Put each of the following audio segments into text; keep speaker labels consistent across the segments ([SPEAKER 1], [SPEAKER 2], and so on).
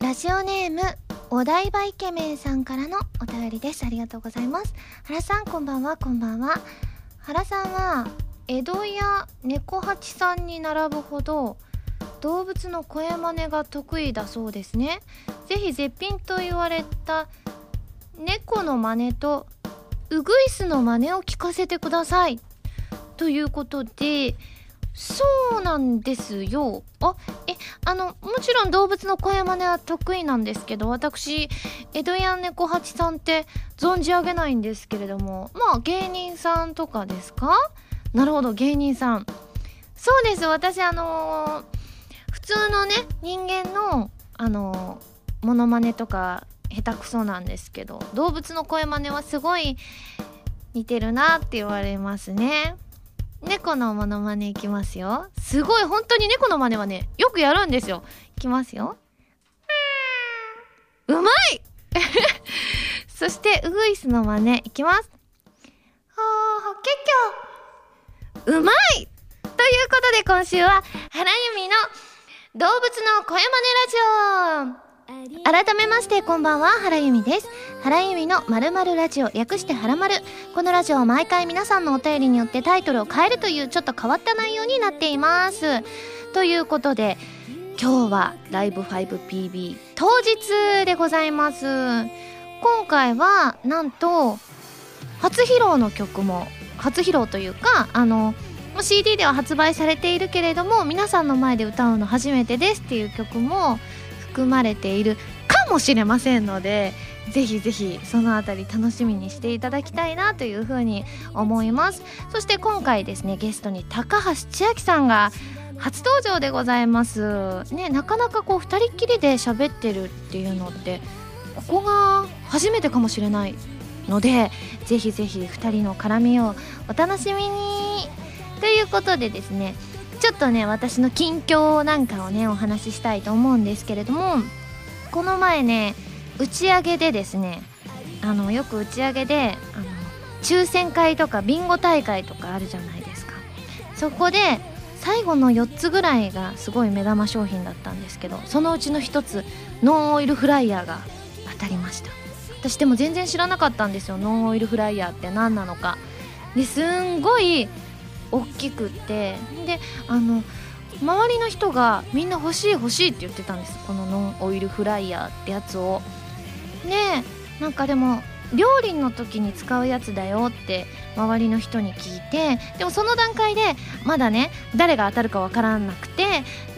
[SPEAKER 1] ラジオネームお台場イケメンさんからのお便りですありがとうございます原さんこんばんはこんばんは原さんは江戸や猫八さんに並ぶほど動物の声真似が得意だそうですねぜひ絶品と言われた猫の真似とウグイスの真似を聞かせてくださいということでそうなんですよあえあのもちろん動物の声真似は得意なんですけど私江戸屋猫八さんって存じ上げないんですけれどもまあ芸人さんとかですかなるほど芸人さんそうです私あのー普通のね人間のあのーモノマネとか下手くそなんですけど動物の声真似はすごい似てるなって言われますね猫のモノマネいきますよすごい本当に猫の真似はねよくやるんですよいきますようまい そしてウグイスの真似いきますほーほけきょうまいということで今週は原由美の動物の声真似ラジオ改めましてこんばんは原由美です原由美のまるまるラジオ略してはらまるこのラジオは毎回皆さんのお便りによってタイトルを変えるというちょっと変わった内容になっていますということで今日はライブ 5PB 当日でございます今回はなんと初披露の曲も初披露というかあのもう CD では発売されているけれども皆さんの前で歌うの初めてですっていう曲も含まれているかもしれませんのでぜひぜひそのあたり楽しみにしていただきたいなというふうに思いますそして今回ですねゲストに高橋千明さんが初登場でございますねなかなかこう2人っきりで喋ってるっていうのってここが初めてかもしれないのでぜひぜひ2人の絡みをお楽しみにということでですねちょっとね私の近況なんかをねお話ししたいと思うんですけれどもこの前ね打ち上げでですねあのよく打ち上げであの抽選会とかビンゴ大会とかあるじゃないですかそこで最後の4つぐらいがすごい目玉商品だったんですけどそのうちの1つノンオイルフライヤーが当たりました私でも全然知らなかったんですよノンオイルフライヤーって何なのかですんごい大きくってであの周りの人がみんな欲しい欲しいって言ってたんですこのノンオイルフライヤーってやつをねえなんかでも料理の時に使うやつだよって周りの人に聞いてでもその段階でまだね誰が当たるかわからなくて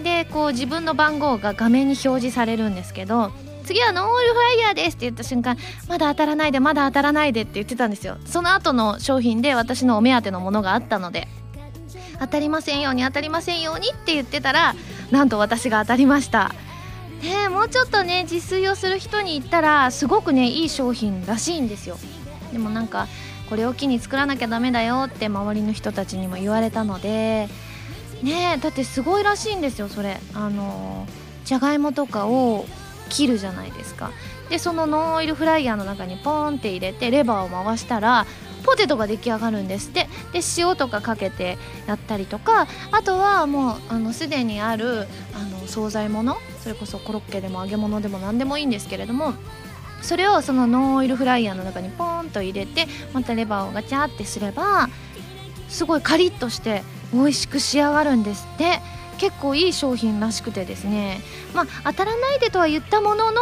[SPEAKER 1] でこう自分の番号が画面に表示されるんですけど次はノンオイルフライヤーですって言った瞬間まだ当たらないでまだ当たらないでって言ってたんですよその後の商品で私のお目当てのものがあったので当たりませんように当たりませんようにって言ってたらなんと私が当たりましたねえもうちょっとね自炊をする人に言ったらすごくねいい商品らしいんですよでもなんかこれを機に作らなきゃダメだよって周りの人たちにも言われたのでねえだってすごいらしいんですよそれあのじゃがいもとかを切るじゃないですかでそのノンオイルフライヤーの中にポーンって入れてレバーを回したらポテトが出来上がるんですってで塩とかかけてやったりとかあとはもうあのすでにあるあの惣菜ものそれこそコロッケでも揚げ物でも何でもいいんですけれどもそれをそのノンオイルフライヤーの中にポーンと入れてまたレバーをガチャってすればすごいカリッとして美味しく仕上がるんですって結構いい商品らしくてですねまあ当たらないでとは言ったものの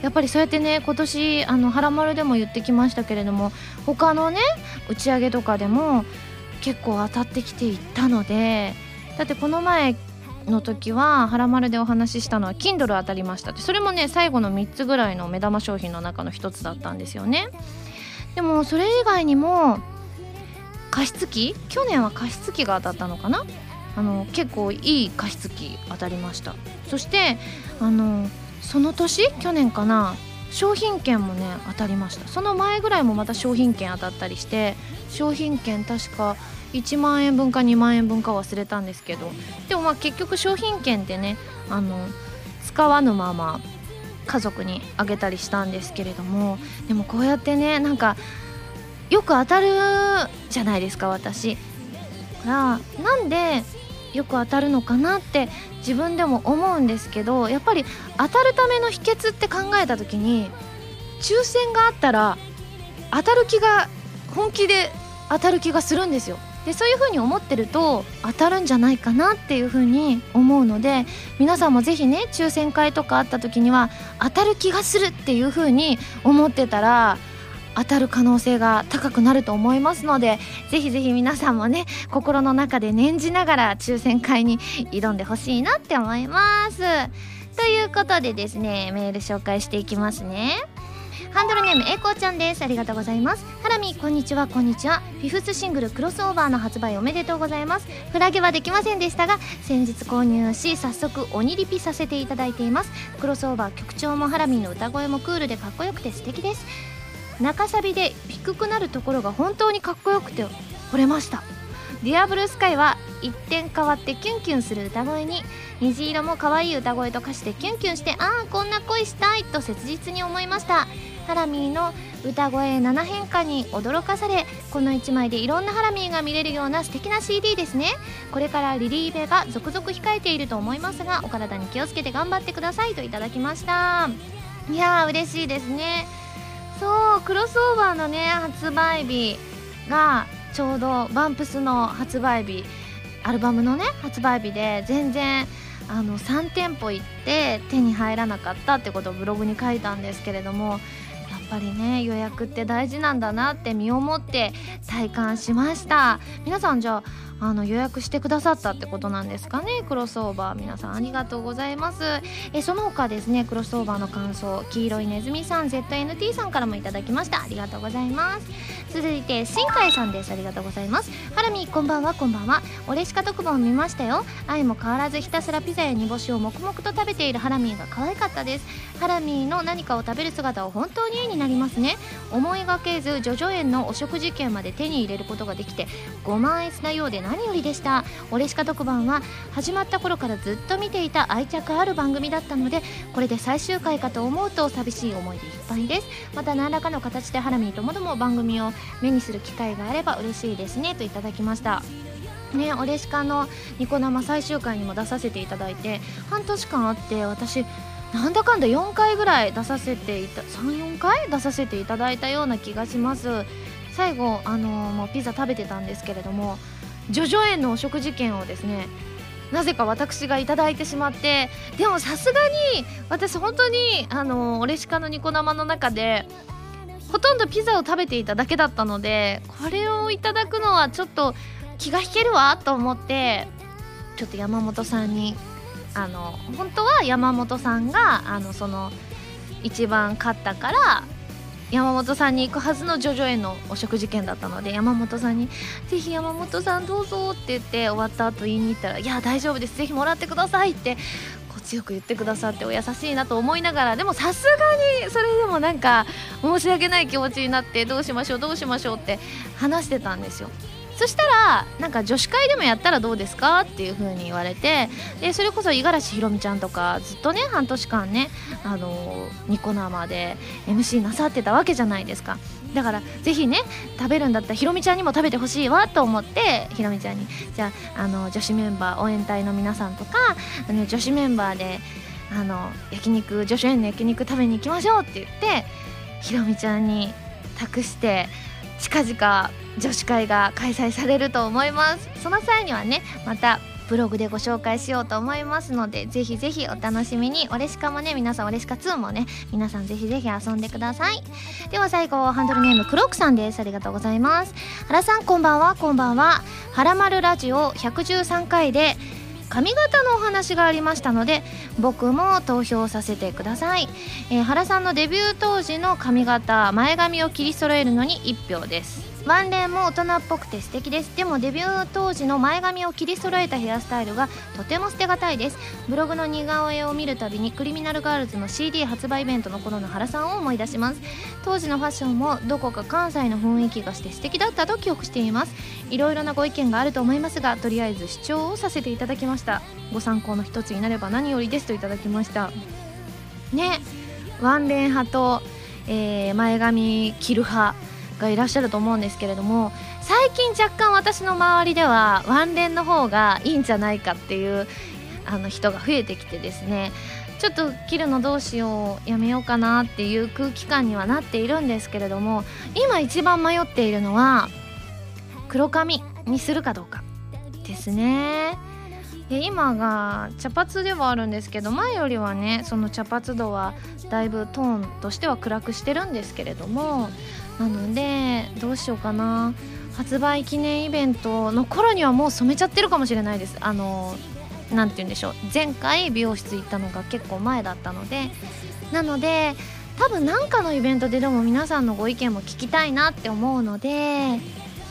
[SPEAKER 1] やっぱりそうやってね今年あの「はらまる」でも言ってきましたけれども他のね打ち上げとかでも結構当たってきていったのでだってこの前の時は「はらまる」でお話ししたのは Kindle 当たりましたってそれもね最後の3つぐらいの目玉商品の中の1つだったんですよねでもそれ以外にも加湿器去年は加湿器が当たったのかなあの結構いい加湿器当たりましたそしてあのその年去年かな商品券もね当たりましたその前ぐらいもまた商品券当たったりして商品券確か1万円分か2万円分か忘れたんですけどでもまあ結局商品券ってねあの使わぬまま家族にあげたりしたんですけれどもでもこうやってねなんかよく当たるじゃないですか私だからなんでよく当たるのかなって自分でも思うんですけどやっぱり当たるための秘訣って考えた時に抽選があったら当たる気が本気で当たる気がするんですよ。でそういう風に思ってると当たるんじゃないかなっていう風に思うので皆さんもぜひね抽選会とかあった時には当たる気がするっていう風に思ってたら当たる可能性が高くなると思いますのでぜひぜひ皆さんもね心の中で念じながら抽選会に挑んでほしいなって思います。ということでですねメール紹介していきますね。ハンドルネームえいこうちゃんですありがとうございますハラミこんにちはこんにちはフィフスシングルクロスオーバーの発売おめでとうございますフラゲはできませんでしたが先日購入し早速鬼リピさせていただいていますクロスオーバー曲調もハラミの歌声もクールでかっこよくて素敵です中サビで低くなるところが本当にかっこよくて惚れましたディアブルースカイは一点変わってキュンキュンする歌声に虹色も可愛い歌声と歌詞でキュンキュンしてああこんな恋したいと切実に思いましたハラミーの歌声7変化に驚かされこの1枚でいろんなハラミーが見れるような素敵な CD ですねこれからリリーベが続々控えていると思いますがお体に気をつけて頑張ってくださいといただきましたいやー嬉しいですねそうクロスオーバーのね発売日がちょうどバンプスの発売日アルバムのね発売日で全然あの3店舗行って手に入らなかったってことをブログに書いたんですけれどもやっぱりね予約って大事なんだなって身をもって体感しました皆さんじゃああの予約してくださったってことなんですかねクロスオーバー皆さんありがとうございますえその他ですねクロスオーバーの感想黄色いネズミさん ZNT さんからもいただきましたありがとうございます続いて新海さんですありがとうございますハラミこんばんはこんばんはオレシカ特番を見ましたよ愛も変わらずひたすらピザや煮干しを黙々と食べているハラミーが可愛かったですハラミーの何かを食べる姿は本当に絵になりますね思いがけずジョジョ園のお食事券まで手に入れることができてご満悦なようで何よりでしたオレシカ特番は始まった頃からずっと見ていた愛着ある番組だったのでこれで最終回かと思うと寂しい思いでいっぱいですまた何らかの形でハラミーともども番組を目にする機会があれば嬉しいですねといただきましたね、オレシカのニコ生最終回にも出させていただいて半年間あって私なんだかんだ4回ぐらい出させていた34回出させていただいたような気がします最後あのもうピザ食べてたんですけれどもジョジョ園のお食事券をですねなぜか私がいただいてしまってでもさすがに私本当にあのオレシカのニコ生の中でほとんどピザを食べていただけだったのでこれをいただくのはちょっと気が引けるわと思ってちょっと山本さんにあの本当は山本さんがあのその一番勝ったから山本さんに行くはずのジョジョへのお食事券だったので山本さんに「ぜひ山本さんどうぞ」って言って終わった後言いに行ったら「いや大丈夫ですぜひもらってください」ってこう強く言ってくださってお優しいなと思いながらでもさすがにそれでもなんか申し訳ない気持ちになってどうしましょうどうしましょうって話してたんですよ。そしたらなんか女子会でもやったらどうですかっていう風に言われてでそれこそ五十嵐ひろみちゃんとかずっとね半年間ねあのニコ生で MC なさってたわけじゃないですかだからぜひね食べるんだったらひろみちゃんにも食べてほしいわと思ってひろみちゃんにじゃああの女子メンバー応援隊の皆さんとかあの女子メンバーであの焼肉女子園の焼肉食べに行きましょうって言ってひろみちゃんに託して近々女子会が開催されると思いますその際にはねまたブログでご紹介しようと思いますのでぜひぜひお楽しみにオレシカもね皆さんオレシカ2もね皆さんぜひぜひ遊んでくださいでは最後ハンドルネームクロックさんですありがとうございます原さんこんばんはこんばんははらまるラジオ113回で髪型のお話がありましたので僕も投票させてください、えー原さんのデビュー当時の髪型前髪を切り揃えるのに1票ですワンレンも大人っぽくて素敵ですでもデビュー当時の前髪を切り揃えたヘアスタイルがとても捨てがたいですブログの似顔絵を見るたびにクリミナルガールズの CD 発売イベントの頃の原さんを思い出します当時のファッションもどこか関西の雰囲気がして素敵だったと記憶していますいろいろなご意見があると思いますがとりあえず視聴をさせていただきましたご参考の一つになれば何よりですといただきましたねワンレン派と、えー前髪切る派がいらっしゃると思うんですけれども
[SPEAKER 2] 最近若干私の周りではワンレンの方がいいんじゃないかっていうあの人が増えてきてですねちょっと切るのどうしようやめようかなっていう空気感にはなっているんですけれども今一番迷っているのは黒髪にするかどうかですね。で今が茶髪ではあるんですけど前よりはねその茶髪度はだいぶトーンとしては暗くしてるんですけれどもなのでどうしようかな発売記念イベントの頃にはもう染めちゃってるかもしれないですあのなんて言うんでしょう前回美容室行ったのが結構前だったのでなので多分何かのイベントででも皆さんのご意見も聞きたいなって思うので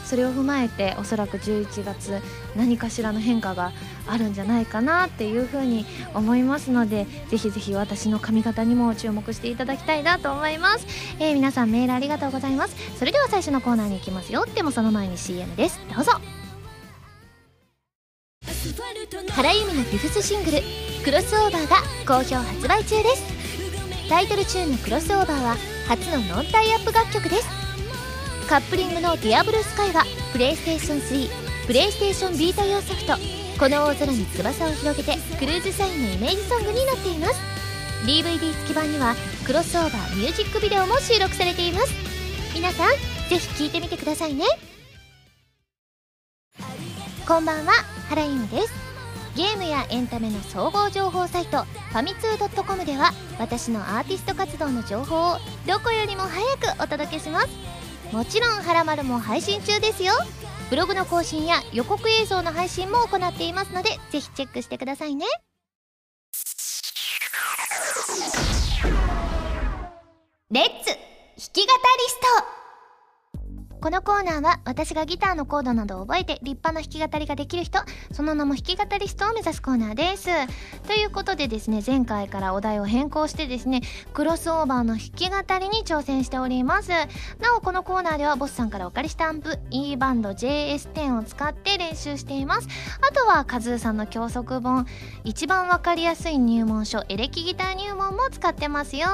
[SPEAKER 2] それを踏まえておそらく11月何かしらの変化があるんじゃないかなっていうふうに思いますのでぜひぜひ私の髪型にも注目していただきたいなと思います、えー皆さんメールありがとうございますそれでは最初のコーナーに行きますよでもその前に CM ですどうぞ
[SPEAKER 1] 原由美のフィフスシングル「クロスオーバー」が好評発売中ですタイトルチューンの「クロスオーバー」は初のノンタイアップ楽曲ですカップリングの「ディアブルスカイはプレイステーション3プレイステーションビータ用ソフト「この大空に翼を広げて」クルーズサインのイメージソングになっています DVD 付き版にはクロスオーバーミュージックビデオも収録されています皆さんぜひ聴いてみてくださいねこんばんは原由美ですゲームやエンタメの総合情報サイトファミツー .com では私のアーティスト活動の情報をどこよりも早くお届けしますもちろん「はらまる」も配信中ですよブログの更新や予告映像の配信も行っていますのでぜひチェックしてくださいねレッツ弾き語りストこのコーナーは私がギターのコードなどを覚えて立派な弾き語りができる人その名も弾き語りストを目指すコーナーですということでですね前回からお題を変更してですねクロスオーバーの弾き語りに挑戦しておりますなおこのコーナーではボスさんからお借りしたアンプ E バンド JS10 を使って練習していますあとはカズーさんの教則本一番わかりやすい入門書エレキギター入門も使ってますよ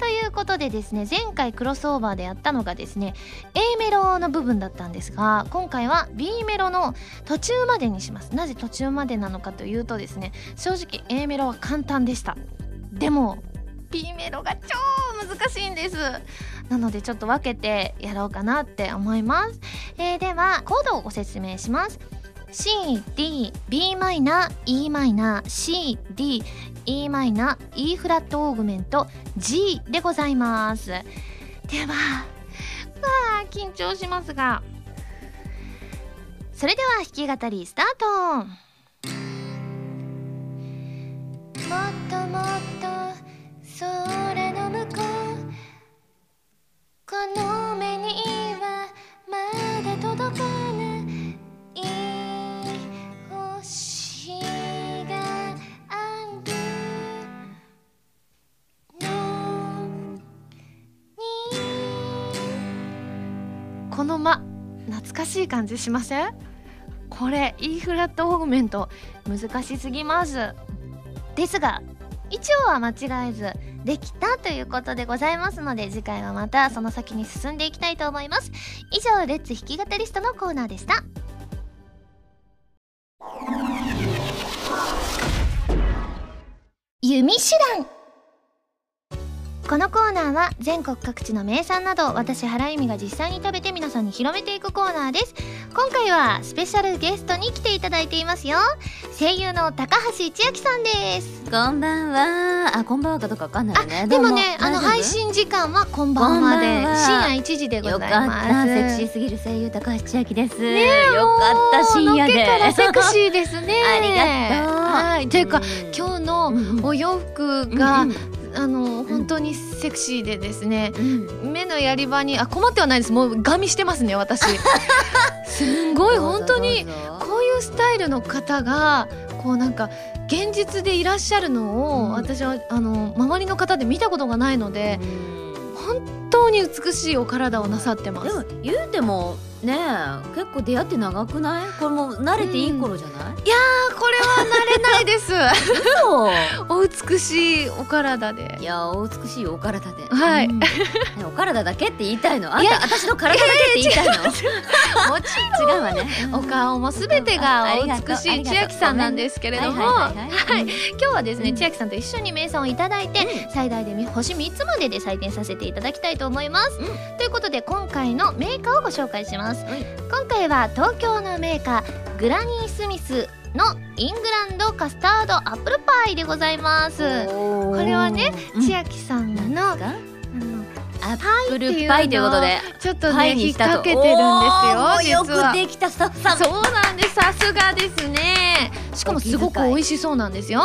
[SPEAKER 1] ということでですね前回クロスオーバーでやったのがですね A メロの部分だったんですが今回は B メロの途中までにしますなぜ途中までなのかというとですね正直 A メロは簡単でしたでも B メロが超難しいんですなのでちょっと分けてやろうかなって思います、えーではコードをご説明します C D B マイナー E マイナー C D E マイナー E フラットオーグメント G でございますではわあ緊張しますがそれでは弾き語りスタートもっともっと空の向こうこの目にはまだ届かない星があるのこの間懐かしい感じしませんこれ E フラットオーグメント難しすぎますですが一応は間違えずできたということでございますので次回はまたその先に進んでいきたいと思います以上レッツ弾き語りストのコーナーでした弓手段このコーナーは全国各地の名産など私原由美が実際に食べて皆さんに広めていくコーナーです今回はスペシャルゲストに来ていただいていますよ声優の高橋千明さんです
[SPEAKER 3] こんばんは。あ、こんばんはかどうかわかんないよね。
[SPEAKER 2] でも
[SPEAKER 3] どう
[SPEAKER 2] ねあの
[SPEAKER 3] 大丈夫
[SPEAKER 2] 配信時間はこんばんはで
[SPEAKER 3] こんばんは
[SPEAKER 2] 深夜1時でござ
[SPEAKER 3] よ
[SPEAKER 2] い
[SPEAKER 3] かっ
[SPEAKER 2] ます
[SPEAKER 3] た。セクシーすぎる声優高橋千明です。
[SPEAKER 2] ねえ
[SPEAKER 3] よかった深夜で。
[SPEAKER 2] のっけからセクシーです ね
[SPEAKER 3] ありがとう
[SPEAKER 2] はいというか
[SPEAKER 3] うん
[SPEAKER 2] 今日の
[SPEAKER 3] うん
[SPEAKER 2] お洋服が、
[SPEAKER 3] うん
[SPEAKER 2] あの本当にセクシーでですね、目のやり場にあ困ってはないですもうガミしてますね 私すんごい本当に
[SPEAKER 3] どうぞどうぞ
[SPEAKER 2] こういうスタイルの方がこうなんか現実でいらっしゃるのを、
[SPEAKER 3] うん
[SPEAKER 2] 私はあの周りの方で見たことがないので
[SPEAKER 3] うん
[SPEAKER 2] 本当に美しいお体をなさってま
[SPEAKER 3] ですも言うてもねえ結構出会って長くないこれもう慣れていい頃じゃない、
[SPEAKER 1] あこれは慣れないです
[SPEAKER 3] そ
[SPEAKER 1] お美しいお体で
[SPEAKER 3] ういやお美しいお体で
[SPEAKER 1] はい
[SPEAKER 3] うんねお体だけって言いたいのあん
[SPEAKER 1] いや
[SPEAKER 3] た私の体だけって言いたいのもちろん違うわね
[SPEAKER 1] お顔もすべてがお美しい千秋さんなんですけれども、
[SPEAKER 3] はいはいはいは
[SPEAKER 1] はいい、今日はですね、
[SPEAKER 3] うん
[SPEAKER 1] 千秋さんと一緒に名産をいただいて、最大で星3つまでで採点させていただきたいと思います。ということで今回のメーカーをご紹介します。
[SPEAKER 3] はい
[SPEAKER 1] 今回は東京のメーカーグラニースミスのイングランドカスタードアップルパイでございます。
[SPEAKER 3] こ
[SPEAKER 1] これはね、千
[SPEAKER 3] ア
[SPEAKER 1] 秋さんの,、あ
[SPEAKER 3] が
[SPEAKER 1] の
[SPEAKER 3] ア
[SPEAKER 1] パ
[SPEAKER 3] ッ
[SPEAKER 1] イ
[SPEAKER 3] プ
[SPEAKER 1] っていう
[SPEAKER 3] ル
[SPEAKER 1] の
[SPEAKER 3] パイということで
[SPEAKER 1] ちょっと
[SPEAKER 3] パ
[SPEAKER 1] ね
[SPEAKER 3] イに
[SPEAKER 1] 引っ
[SPEAKER 3] したと
[SPEAKER 1] 掛けてるんですよ
[SPEAKER 3] おー
[SPEAKER 1] 実は
[SPEAKER 3] よくできたスタッフさん
[SPEAKER 1] そうなんですさすがですねしかもすごく美味しそうなんですよ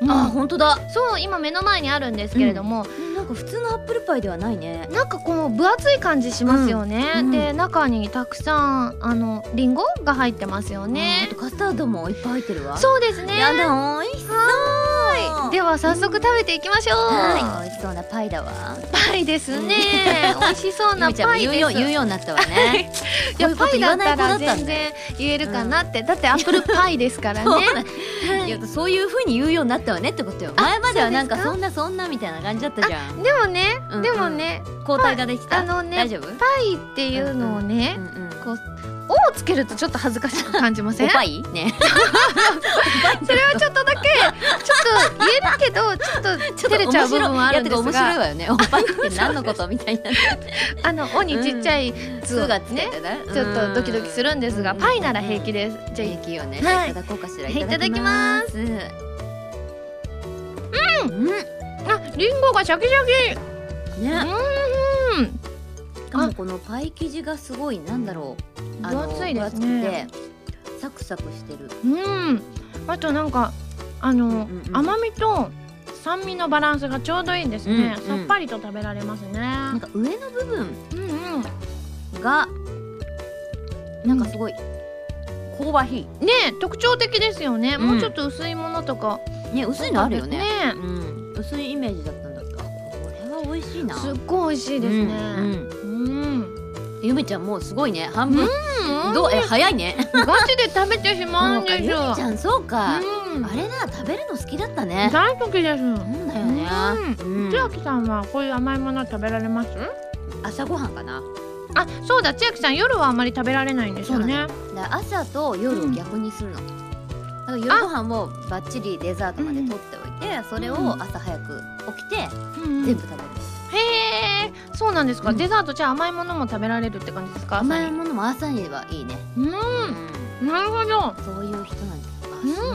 [SPEAKER 3] うんあ本当だ
[SPEAKER 1] そう今目の前にあるんですけれども、
[SPEAKER 3] なんか普通のアップルパイではないね
[SPEAKER 1] なんかこの分厚い感じしますよね、
[SPEAKER 3] うんうん
[SPEAKER 1] で中にたくさんあのリンゴが入ってますよね
[SPEAKER 3] うんあ、とカスタードもいっぱい入ってるわ
[SPEAKER 1] そうですね
[SPEAKER 3] やだ美味しそう
[SPEAKER 1] はいでは早速食べていきましょう、
[SPEAKER 3] はい美味しそうなパイだわ
[SPEAKER 1] パイですね美味しそう
[SPEAKER 3] ゆ
[SPEAKER 1] な
[SPEAKER 3] みちゃんも
[SPEAKER 1] パイ
[SPEAKER 3] 言う
[SPEAKER 1] で
[SPEAKER 3] よ
[SPEAKER 1] す
[SPEAKER 3] 言うようになったわね
[SPEAKER 1] いや
[SPEAKER 3] こういうこ
[SPEAKER 1] パ
[SPEAKER 3] と
[SPEAKER 1] イ
[SPEAKER 3] 言
[SPEAKER 1] だっ
[SPEAKER 3] わな
[SPEAKER 1] た
[SPEAKER 3] い子だ
[SPEAKER 1] ら
[SPEAKER 3] ったんだ
[SPEAKER 1] 全然言えるかなって、だってアップルパイですからね
[SPEAKER 3] いやそういう風に言うようになったわねってことよ
[SPEAKER 1] あ
[SPEAKER 3] 前まではなんか
[SPEAKER 1] そうですか
[SPEAKER 3] そんなそんなみたいな感じだったじゃん
[SPEAKER 1] でもね、
[SPEAKER 3] うん
[SPEAKER 1] でもね
[SPEAKER 3] 交代ができた
[SPEAKER 1] あのね
[SPEAKER 3] 大丈夫
[SPEAKER 1] パイっていうのをね、
[SPEAKER 3] うんうん
[SPEAKER 1] こう「お」をつけるとちょっと恥ずかしく感じませ
[SPEAKER 3] お
[SPEAKER 1] ん
[SPEAKER 3] パイね
[SPEAKER 1] それはちょっとだけちょっと言えるけどちょっと 照れちゃう部分はあるんです
[SPEAKER 3] いやてか面白い
[SPEAKER 1] が
[SPEAKER 3] わよ ねおパイって何のことみたいな
[SPEAKER 1] あの「お」にちっちゃい「つ」
[SPEAKER 3] 通
[SPEAKER 1] が
[SPEAKER 3] がつけ
[SPEAKER 1] ね
[SPEAKER 3] てね
[SPEAKER 1] ちょっとドキドキするんですが
[SPEAKER 3] うん
[SPEAKER 1] パイなら平気ですじ
[SPEAKER 3] じゃ
[SPEAKER 1] ゃ
[SPEAKER 3] あ
[SPEAKER 1] あ
[SPEAKER 3] ゆきをね、
[SPEAKER 1] はい
[SPEAKER 3] い、ただこうかしら
[SPEAKER 1] はい
[SPEAKER 3] すうん、ね
[SPEAKER 1] あリンゴがシャキシャキうん
[SPEAKER 3] しかもこのパイ生地がすごいなんだろうあの
[SPEAKER 1] 分厚いですね
[SPEAKER 3] 分厚くてサクサクしてる、
[SPEAKER 1] うんあとなんかあの
[SPEAKER 3] うんうん
[SPEAKER 1] 甘みと酸味のバランスがちょうどいいですね
[SPEAKER 3] うんう
[SPEAKER 1] さ
[SPEAKER 3] ん
[SPEAKER 1] っぱりと食べられます
[SPEAKER 3] なん
[SPEAKER 1] ね
[SPEAKER 3] か上の部分
[SPEAKER 1] うんうん
[SPEAKER 3] がなんかすごい香ばし
[SPEAKER 1] ねえ特徴的ですよね
[SPEAKER 3] うん
[SPEAKER 1] もうちょっと薄いものとか
[SPEAKER 3] いね薄いのあるよね
[SPEAKER 1] ね
[SPEAKER 3] うん、薄いイメージだったんだけどあこれは美味しいな
[SPEAKER 1] すっごい美味しいです
[SPEAKER 3] うん
[SPEAKER 1] ね
[SPEAKER 3] うん
[SPEAKER 1] うん
[SPEAKER 3] ゆめちゃんもうすごいね半
[SPEAKER 1] う
[SPEAKER 3] 分、
[SPEAKER 1] ん
[SPEAKER 3] どうえ早いね
[SPEAKER 1] ガチで食べてしまう
[SPEAKER 3] そ
[SPEAKER 1] ん
[SPEAKER 3] うか
[SPEAKER 1] で
[SPEAKER 3] ゆ
[SPEAKER 1] す
[SPEAKER 3] めち
[SPEAKER 1] よ。
[SPEAKER 3] ゃんそうか、
[SPEAKER 1] うん
[SPEAKER 3] あれだ食べるの好きだったね
[SPEAKER 1] 大好きです。
[SPEAKER 3] なんだよね。うん
[SPEAKER 1] 千秋さんはこういう甘いもの食べられます？
[SPEAKER 3] 朝ごはんかな。
[SPEAKER 1] あ、そうだ。千秋さん夜はあんまり食べられないんですよね。
[SPEAKER 3] だから朝と夜を逆にするの。だから夜ご飯もバッチリデザートまで取っておいて、それを朝早く起きて
[SPEAKER 1] うん
[SPEAKER 3] 全部食べる。
[SPEAKER 1] へえ、そうなんですか。
[SPEAKER 3] うん
[SPEAKER 1] デザートじゃあ甘いものも食べられるって感じですか？
[SPEAKER 3] 甘いものも朝にはいいね。
[SPEAKER 1] うん、なるほど。
[SPEAKER 3] うんそういう人なんだ。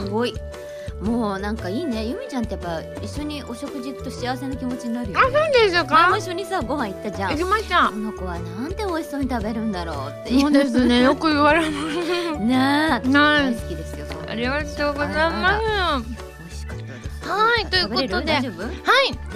[SPEAKER 1] う
[SPEAKER 3] あすごい。もうなんかいいね。ゆみちゃんってやっぱ一緒にお食事行くと幸せな気持ちになるよ。
[SPEAKER 1] なんです
[SPEAKER 3] 前も
[SPEAKER 1] か？
[SPEAKER 3] 一緒にさご飯行ったじゃ
[SPEAKER 1] 行
[SPEAKER 3] ん。
[SPEAKER 1] き
[SPEAKER 3] こ
[SPEAKER 1] ました。
[SPEAKER 3] の子はなんて美味しそうに食べるんだろうってい。
[SPEAKER 1] そううですね。よく言われま
[SPEAKER 3] ね
[SPEAKER 1] す。
[SPEAKER 3] え。
[SPEAKER 1] な
[SPEAKER 3] 大
[SPEAKER 1] い。
[SPEAKER 3] 好きですよ。そういうの
[SPEAKER 1] ありがとうございます。
[SPEAKER 3] 美味しかったです。
[SPEAKER 1] はいということで
[SPEAKER 3] 食べれる大丈夫？
[SPEAKER 1] はい。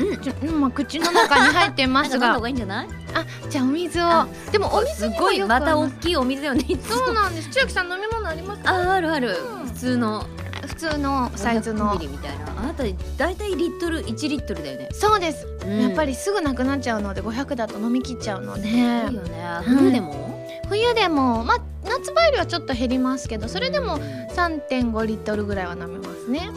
[SPEAKER 3] うん
[SPEAKER 1] ちょ今口の中に入ってま
[SPEAKER 3] なん
[SPEAKER 1] す
[SPEAKER 3] か飲んだ
[SPEAKER 1] が
[SPEAKER 3] 方。がいいんじゃない？
[SPEAKER 1] あ、じゃあお水を
[SPEAKER 3] あ。
[SPEAKER 1] でもお水
[SPEAKER 3] す
[SPEAKER 1] にも
[SPEAKER 3] ごい
[SPEAKER 1] よく
[SPEAKER 3] また
[SPEAKER 1] 合い
[SPEAKER 3] 大
[SPEAKER 1] す
[SPEAKER 3] きいお水よね。いつも
[SPEAKER 1] そうなんです。千秋さん飲み物ありますか？
[SPEAKER 3] ああるある
[SPEAKER 1] うん
[SPEAKER 3] 普通の
[SPEAKER 1] 普通のサイズの
[SPEAKER 3] 500。ミリみたいな。あなただいたいリットル一リットルだよね。
[SPEAKER 1] そうです。
[SPEAKER 3] うん
[SPEAKER 1] やっぱりすぐなくなっちゃうので500だと飲み切っちゃうので、
[SPEAKER 3] すごいよね。冬でも？
[SPEAKER 1] 冬でもまあ夏場よりはちょっと減りますけど、それでも
[SPEAKER 3] うん本
[SPEAKER 1] 3.5リットルぐらいは飲めますね。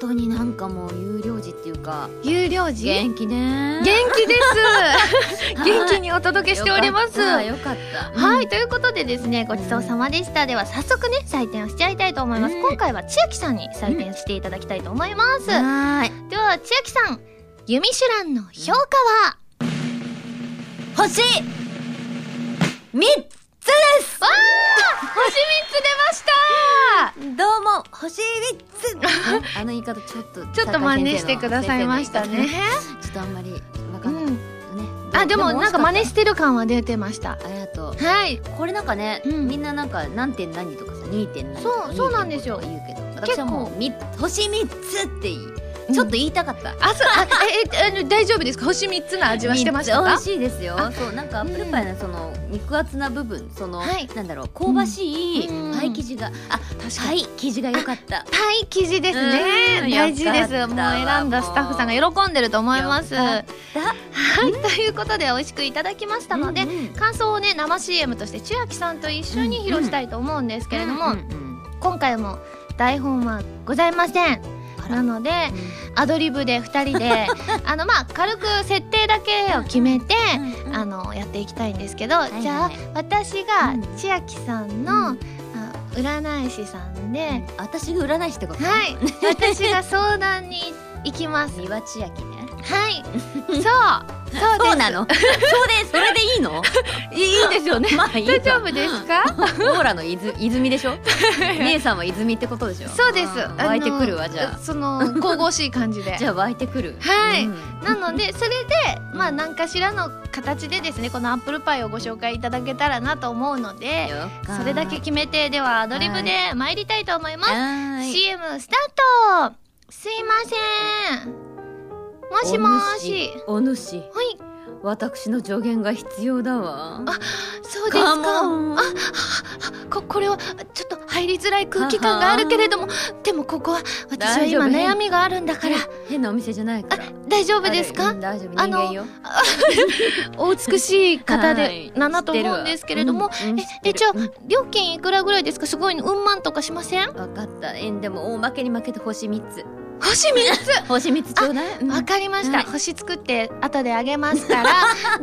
[SPEAKER 3] 当になんかもう有料児っていうか
[SPEAKER 1] 有料時元
[SPEAKER 3] 元気ね。
[SPEAKER 1] 気 です。
[SPEAKER 3] はい
[SPEAKER 1] 元気にお届けしております。
[SPEAKER 3] よかった
[SPEAKER 1] は
[SPEAKER 3] よかった。
[SPEAKER 1] い、ということでですね、ごちそうさまでした。では早速ね、採点をしちゃいたいと思います。
[SPEAKER 3] うん
[SPEAKER 1] 今回は千秋さんに採点していただきたいと思います。
[SPEAKER 3] はい。
[SPEAKER 1] では千秋さんユミシュランの評価は
[SPEAKER 3] 星三つです。
[SPEAKER 1] わあ星3つ出ました
[SPEAKER 3] どうも星三つ。 あの言い方ちょっと
[SPEAKER 1] ちょっと真似してくださいましたね。
[SPEAKER 3] ちょっとあんまりわ
[SPEAKER 1] う
[SPEAKER 3] かんないね。
[SPEAKER 1] ん、あでもなんか真似してる感は出てました
[SPEAKER 3] ありがとう。
[SPEAKER 1] はい
[SPEAKER 3] これなんかね、
[SPEAKER 1] うん
[SPEAKER 3] みんななんか何点何とかさ2点何とか
[SPEAKER 1] そうそうなんですよ
[SPEAKER 3] 2.5とか言うけど私はもうみ星三つっていいちょっと言いたかった。
[SPEAKER 1] あそうあええあの大丈夫ですか星3つの味はしてました
[SPEAKER 3] 三
[SPEAKER 1] か
[SPEAKER 3] つ美味しいですよ
[SPEAKER 1] あ
[SPEAKER 3] そうなんかアップルパイのその、肉厚な部分その、
[SPEAKER 1] はい
[SPEAKER 3] なんだろう香ばしい
[SPEAKER 1] うん
[SPEAKER 3] パイ生地が、あ
[SPEAKER 1] 確
[SPEAKER 3] パイ生地が良かった
[SPEAKER 1] パイ生地です
[SPEAKER 3] う
[SPEAKER 1] ね
[SPEAKER 3] ん
[SPEAKER 1] 大事です
[SPEAKER 3] よか
[SPEAKER 1] もう
[SPEAKER 3] ったわ
[SPEAKER 1] 選んだスタッフさんが喜んでると思います
[SPEAKER 3] よか
[SPEAKER 1] は
[SPEAKER 3] っ
[SPEAKER 1] い
[SPEAKER 3] だ
[SPEAKER 1] ということで美味しくいただきましたので
[SPEAKER 3] うんうん
[SPEAKER 1] 感想をね生 CM として千秋さんと一緒に披露したいと思うんですけれども、
[SPEAKER 3] うんうん
[SPEAKER 1] 今回も台本はございません
[SPEAKER 3] あら
[SPEAKER 1] なのでアドリブで2人 であのまあ軽く設定だけを決めて、
[SPEAKER 3] うんうん
[SPEAKER 1] あのやっていきたいんですけど、
[SPEAKER 3] いはい
[SPEAKER 1] じゃあ私
[SPEAKER 3] う
[SPEAKER 1] が
[SPEAKER 3] ん
[SPEAKER 1] 千秋さん
[SPEAKER 3] う
[SPEAKER 1] の、あ占い師さんで、
[SPEAKER 3] 私が占い師ってこと
[SPEAKER 1] はい私が相談に行き ます
[SPEAKER 3] 三輪千秋ね
[SPEAKER 1] はいそうそうです
[SPEAKER 3] そうなのそうですそれでいいの
[SPEAKER 1] いいいいですよ ね
[SPEAKER 3] まあいい
[SPEAKER 1] 大
[SPEAKER 3] じ
[SPEAKER 1] 丈
[SPEAKER 3] ゃん
[SPEAKER 1] 夫ですか
[SPEAKER 3] オーラのいず泉で しょ姉さんは泉ってことでしょ
[SPEAKER 1] そうです
[SPEAKER 3] ん
[SPEAKER 1] あの
[SPEAKER 3] 湧いてくるわじゃ
[SPEAKER 1] その神々しい感じで
[SPEAKER 3] あ じゃあ湧いてくる
[SPEAKER 1] はい
[SPEAKER 3] うん
[SPEAKER 1] なの でそれでまあ何かしらの形でですねこのアップルパイをご紹介いただけたらなと思うので
[SPEAKER 3] よっか
[SPEAKER 1] それだけ決めてではアドリブで参りたいと思います、
[SPEAKER 3] はーい
[SPEAKER 1] CM スタートすいませんもしもーし
[SPEAKER 3] お主お主
[SPEAKER 1] はい
[SPEAKER 3] 私の助言が必要だわ
[SPEAKER 1] そうです
[SPEAKER 3] カ
[SPEAKER 1] か
[SPEAKER 3] モン
[SPEAKER 1] ここれはちょっと入りづらい空気感があるけれどもでもここは私は今
[SPEAKER 3] 大丈夫
[SPEAKER 1] 悩みがあるんだから
[SPEAKER 3] 変なお店じゃないから
[SPEAKER 1] 大丈夫です
[SPEAKER 3] あ
[SPEAKER 1] か
[SPEAKER 3] るうん大丈夫
[SPEAKER 1] あ
[SPEAKER 3] 人
[SPEAKER 1] の
[SPEAKER 3] 間よ
[SPEAKER 1] お美しい方
[SPEAKER 3] は
[SPEAKER 1] で
[SPEAKER 3] い
[SPEAKER 1] ななと思うんですけれども
[SPEAKER 3] 知ってるわうんうん知っ
[SPEAKER 1] え
[SPEAKER 3] て
[SPEAKER 1] え
[SPEAKER 3] る
[SPEAKER 1] じゃあ料金いくらぐらいですかすごいうんまんとかしません
[SPEAKER 3] わかった円でも大負けに負けて星三つ
[SPEAKER 1] 星見
[SPEAKER 3] 星三つちょうだいうん
[SPEAKER 1] わかりました、
[SPEAKER 3] はい
[SPEAKER 1] 星作って後であげますから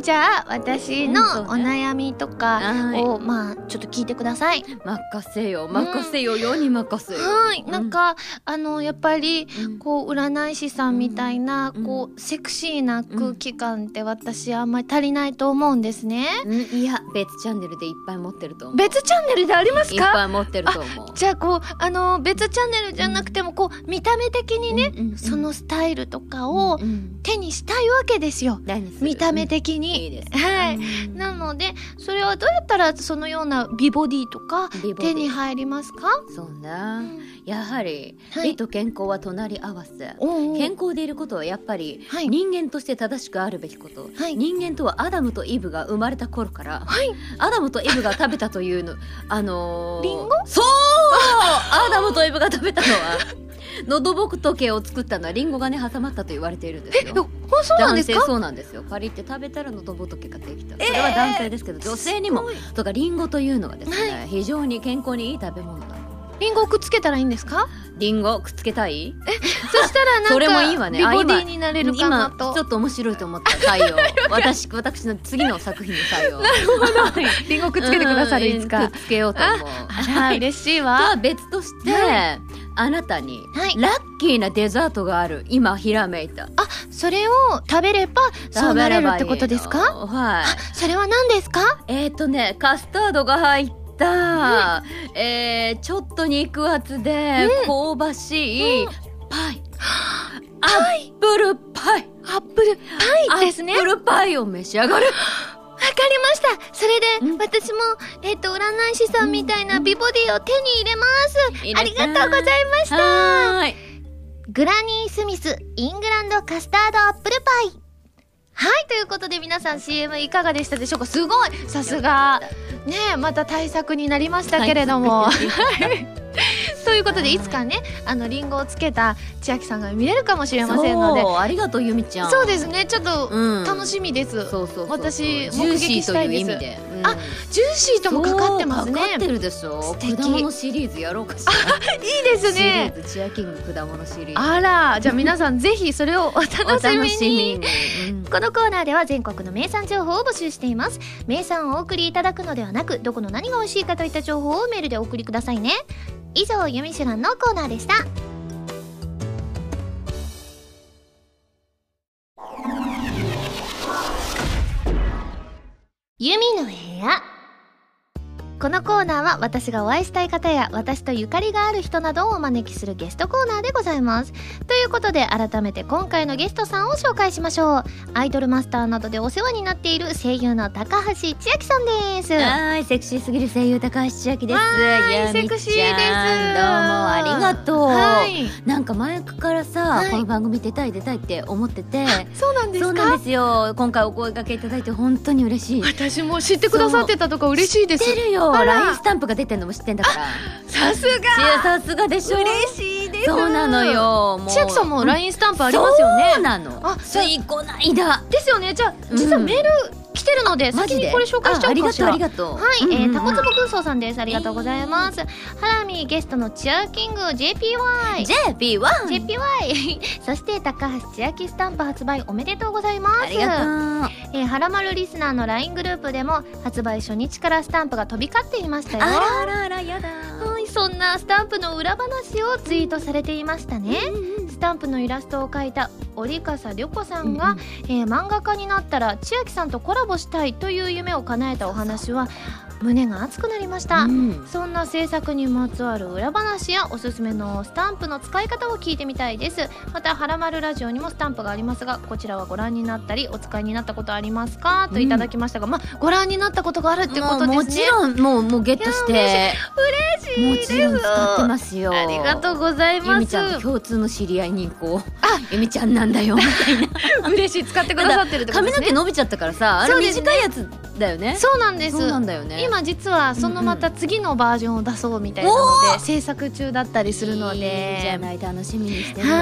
[SPEAKER 1] じゃあ私のお悩みとか
[SPEAKER 3] はい
[SPEAKER 1] をまあちょっと聞いてください
[SPEAKER 3] 任せよ任せよ世に任せよ
[SPEAKER 1] はいなんかあのやっぱり
[SPEAKER 3] うん
[SPEAKER 1] こう占い師さんみたいな、
[SPEAKER 3] うん
[SPEAKER 1] こうセクシーな空気感って私あんまり足りないと思うんですね、
[SPEAKER 3] うんいや別チャンネルでいっぱい持ってると思う
[SPEAKER 1] 別チャンネルであります
[SPEAKER 3] いっぱ
[SPEAKER 1] か
[SPEAKER 3] い持ってると思う
[SPEAKER 1] じゃあこうあの別チャンネルじゃなくてもこう見た目的にね、
[SPEAKER 3] うんうんうん
[SPEAKER 1] そのスタイルとかを
[SPEAKER 3] うん
[SPEAKER 1] 手にしたいわけですよ
[SPEAKER 3] 何する
[SPEAKER 1] 見た目的
[SPEAKER 3] うんいい
[SPEAKER 1] に、
[SPEAKER 3] です
[SPEAKER 1] はい
[SPEAKER 3] うん
[SPEAKER 1] なのでそれはどうやったらそのような美ボディとか
[SPEAKER 3] 美ボデ
[SPEAKER 1] 手
[SPEAKER 3] ィ
[SPEAKER 1] に入りますか、
[SPEAKER 3] そうなやはり
[SPEAKER 1] はい
[SPEAKER 3] 美と健康は隣り合わせ
[SPEAKER 1] おうおう
[SPEAKER 3] 健康でいることはやっぱり
[SPEAKER 1] はい
[SPEAKER 3] 人間として正しくあるべきこと、
[SPEAKER 1] はい
[SPEAKER 3] 人間とはアダムとイブが生まれた頃から、アダムとイブが食べたというの あのー、
[SPEAKER 1] リンゴ
[SPEAKER 3] そうアダムとイブが食べたのは 喉仏を作ったのはリンゴがね挟まったと言われているんです
[SPEAKER 1] え
[SPEAKER 3] よ
[SPEAKER 1] ほそうなんです
[SPEAKER 3] 男性
[SPEAKER 1] か
[SPEAKER 3] そうなんですよパリって食べたら喉仏ができたそれは男性ですけど、女性にもとかリンゴというのはですね、非常に健康にいい食べ物なの
[SPEAKER 1] リンゴをくっつけたらいいんですか
[SPEAKER 3] リンゴくっつけたい
[SPEAKER 1] そしたらなんか
[SPEAKER 3] それもいいわね
[SPEAKER 1] 美
[SPEAKER 3] あ
[SPEAKER 1] ボ
[SPEAKER 3] 今
[SPEAKER 1] ディになれるかな
[SPEAKER 3] 今ち
[SPEAKER 1] と
[SPEAKER 3] ょっと面白いと思った採 用私私の次の作品の採用なるほど
[SPEAKER 1] リンゴく
[SPEAKER 3] うんくっつけようと思う
[SPEAKER 1] あら嬉しい
[SPEAKER 3] と
[SPEAKER 1] わ
[SPEAKER 3] は別として、
[SPEAKER 1] は
[SPEAKER 3] あなたに
[SPEAKER 1] はい
[SPEAKER 3] ラッキーなデザートがある今ひらめいた
[SPEAKER 1] それを食べればそうなれるってことですか
[SPEAKER 3] 食べればいいのはい
[SPEAKER 1] それは何ですか
[SPEAKER 3] えっ、ー、とねカスタードが入った、えー、ちょっと肉厚で香ばしいパイ、アップルパイ
[SPEAKER 1] アップルパイですね
[SPEAKER 3] アップルパイを召し上がる
[SPEAKER 1] わかりましたそれで
[SPEAKER 3] うん
[SPEAKER 1] 私もえっ、と占い師さんみたいな美ボディを手に入れます
[SPEAKER 3] 入れた
[SPEAKER 1] ありがとうございました
[SPEAKER 3] はーい
[SPEAKER 4] グラニー・スミスイングランドカスタードアップルパイ
[SPEAKER 1] はいということで皆さん CM いかがでしたでしょうかすごいさすがねえまた対策になりましたけれども、
[SPEAKER 3] はい
[SPEAKER 1] ということでいつかねあのリンゴをつけた千秋さんが見れるかもしれませんので
[SPEAKER 3] そうありがとうゆみちゃん
[SPEAKER 1] そう
[SPEAKER 3] す、
[SPEAKER 1] ですねちょっと
[SPEAKER 3] うん、
[SPEAKER 1] 楽しみです、
[SPEAKER 3] そうそうそう
[SPEAKER 1] 私
[SPEAKER 3] ジュー
[SPEAKER 1] 目
[SPEAKER 3] シ
[SPEAKER 1] 撃
[SPEAKER 3] ー
[SPEAKER 1] し
[SPEAKER 3] と
[SPEAKER 1] た
[SPEAKER 3] い
[SPEAKER 1] いうです
[SPEAKER 3] 意味で、うん
[SPEAKER 1] あジューシーともかかってますね
[SPEAKER 3] そうかかってるでしょ
[SPEAKER 1] 素敵
[SPEAKER 3] 果物シリーズやろうかしら
[SPEAKER 1] いいですね
[SPEAKER 3] シリーズチアキング果物シリーズ
[SPEAKER 1] あらじゃあ皆さんぜひそれをお楽しみに
[SPEAKER 3] お楽しみに、うん
[SPEAKER 4] このコーナーでは全国の名産情報を募集しています名産をお送りいただくのではなくどこの何が美味しいかといった情報をメールでお送りくださいね以上「ゆみしゅらん」のコーナーでした「ゆみの部屋」
[SPEAKER 1] このコーナーは私がお会いしたい方や私とゆかりがある人などをお招きするゲストコーナーでございますということで改めて今回のゲストさんを紹介しましょうアイドルマスターなどでお世話になっている声優の高橋千明さんです
[SPEAKER 3] はーい、セクシーすぎる声優高橋千明です。
[SPEAKER 4] ーい
[SPEAKER 3] ゆみちゃん
[SPEAKER 4] セクシー
[SPEAKER 3] ど
[SPEAKER 4] です
[SPEAKER 3] うもありがとう。
[SPEAKER 4] はい
[SPEAKER 3] なんか前からさ、
[SPEAKER 4] はい
[SPEAKER 3] この番組出たい出たいって思ってて、
[SPEAKER 4] そうなんです
[SPEAKER 3] そう
[SPEAKER 4] か
[SPEAKER 3] なんですよ。今回お声掛けいただいて本当に嬉しい。
[SPEAKER 4] 私も知ってくださってたとか嬉しいです
[SPEAKER 3] 知ってるよ。
[SPEAKER 4] あら
[SPEAKER 3] LINE スタンプが出てんのも知ってんだから。
[SPEAKER 4] さす
[SPEAKER 3] い
[SPEAKER 4] が
[SPEAKER 3] やさすがでしょ。
[SPEAKER 4] しいで
[SPEAKER 3] そうなのよ。もう
[SPEAKER 4] 千秋さんも
[SPEAKER 3] うん
[SPEAKER 4] LINE スタンプありますよね
[SPEAKER 3] そうなの。
[SPEAKER 4] あ
[SPEAKER 3] ついこないだ。
[SPEAKER 4] ですよねじゃあ実はメール来てるので、
[SPEAKER 3] マジ
[SPEAKER 4] 先
[SPEAKER 3] で
[SPEAKER 4] にこれ紹介しちゃおうかしら
[SPEAKER 3] あありがとうあ
[SPEAKER 1] は
[SPEAKER 3] りがとう。
[SPEAKER 1] い、えー、タコツ
[SPEAKER 3] ボ
[SPEAKER 1] ボ空想さんです。ありがとうございます。ハラミーゲストのチアーキング JPY。
[SPEAKER 3] JP は
[SPEAKER 1] JPY そして高橋千秋スタンプ発売おめでとうございます
[SPEAKER 3] ありがとう。
[SPEAKER 1] えー、はらまるリスナーの LINE グループでも発売初日からスタンプが飛び交っていましたよ
[SPEAKER 3] あらあらあらやだ。
[SPEAKER 1] はいそんなスタンプの裏話をツイートされていましたね、スタンプのイラストを描いた折笠涼子さんが、
[SPEAKER 3] うん
[SPEAKER 1] えー漫画家になったら千秋さんとコラボしたいという夢を叶えたお話は胸が熱くなりました、
[SPEAKER 3] うん
[SPEAKER 1] そんな制作にまつわる裏話やおすすめのスタンプの使い方を聞いてみたいですまた「はらまるラジオ」にもスタンプがありますがこちらはご覧になったりお使いになったことありますかといただきましたが、まあご覧になったことがあるってことですね
[SPEAKER 3] もうもちろんもうもうゲットして
[SPEAKER 1] 嬉
[SPEAKER 3] も
[SPEAKER 1] しいです
[SPEAKER 3] ちろん使ってますよ
[SPEAKER 1] ありがとうござい
[SPEAKER 3] ゆ
[SPEAKER 1] ま
[SPEAKER 3] み
[SPEAKER 1] す
[SPEAKER 3] ちゃんと共通の知り合いにこう ゆみちゃんなんだよみたいな
[SPEAKER 4] 嬉しい使ってくださってるってこと
[SPEAKER 3] 髪
[SPEAKER 4] です
[SPEAKER 3] の
[SPEAKER 4] ね
[SPEAKER 3] 毛伸びちゃったからさあれ
[SPEAKER 1] そうですね
[SPEAKER 3] 短いやつだよね
[SPEAKER 1] そうなんです
[SPEAKER 3] そうなんだよね
[SPEAKER 1] 今実はそのまた次のバージョンを出そうみたいなので制作中だったりするので
[SPEAKER 3] いいじゃない楽しみにしてるわ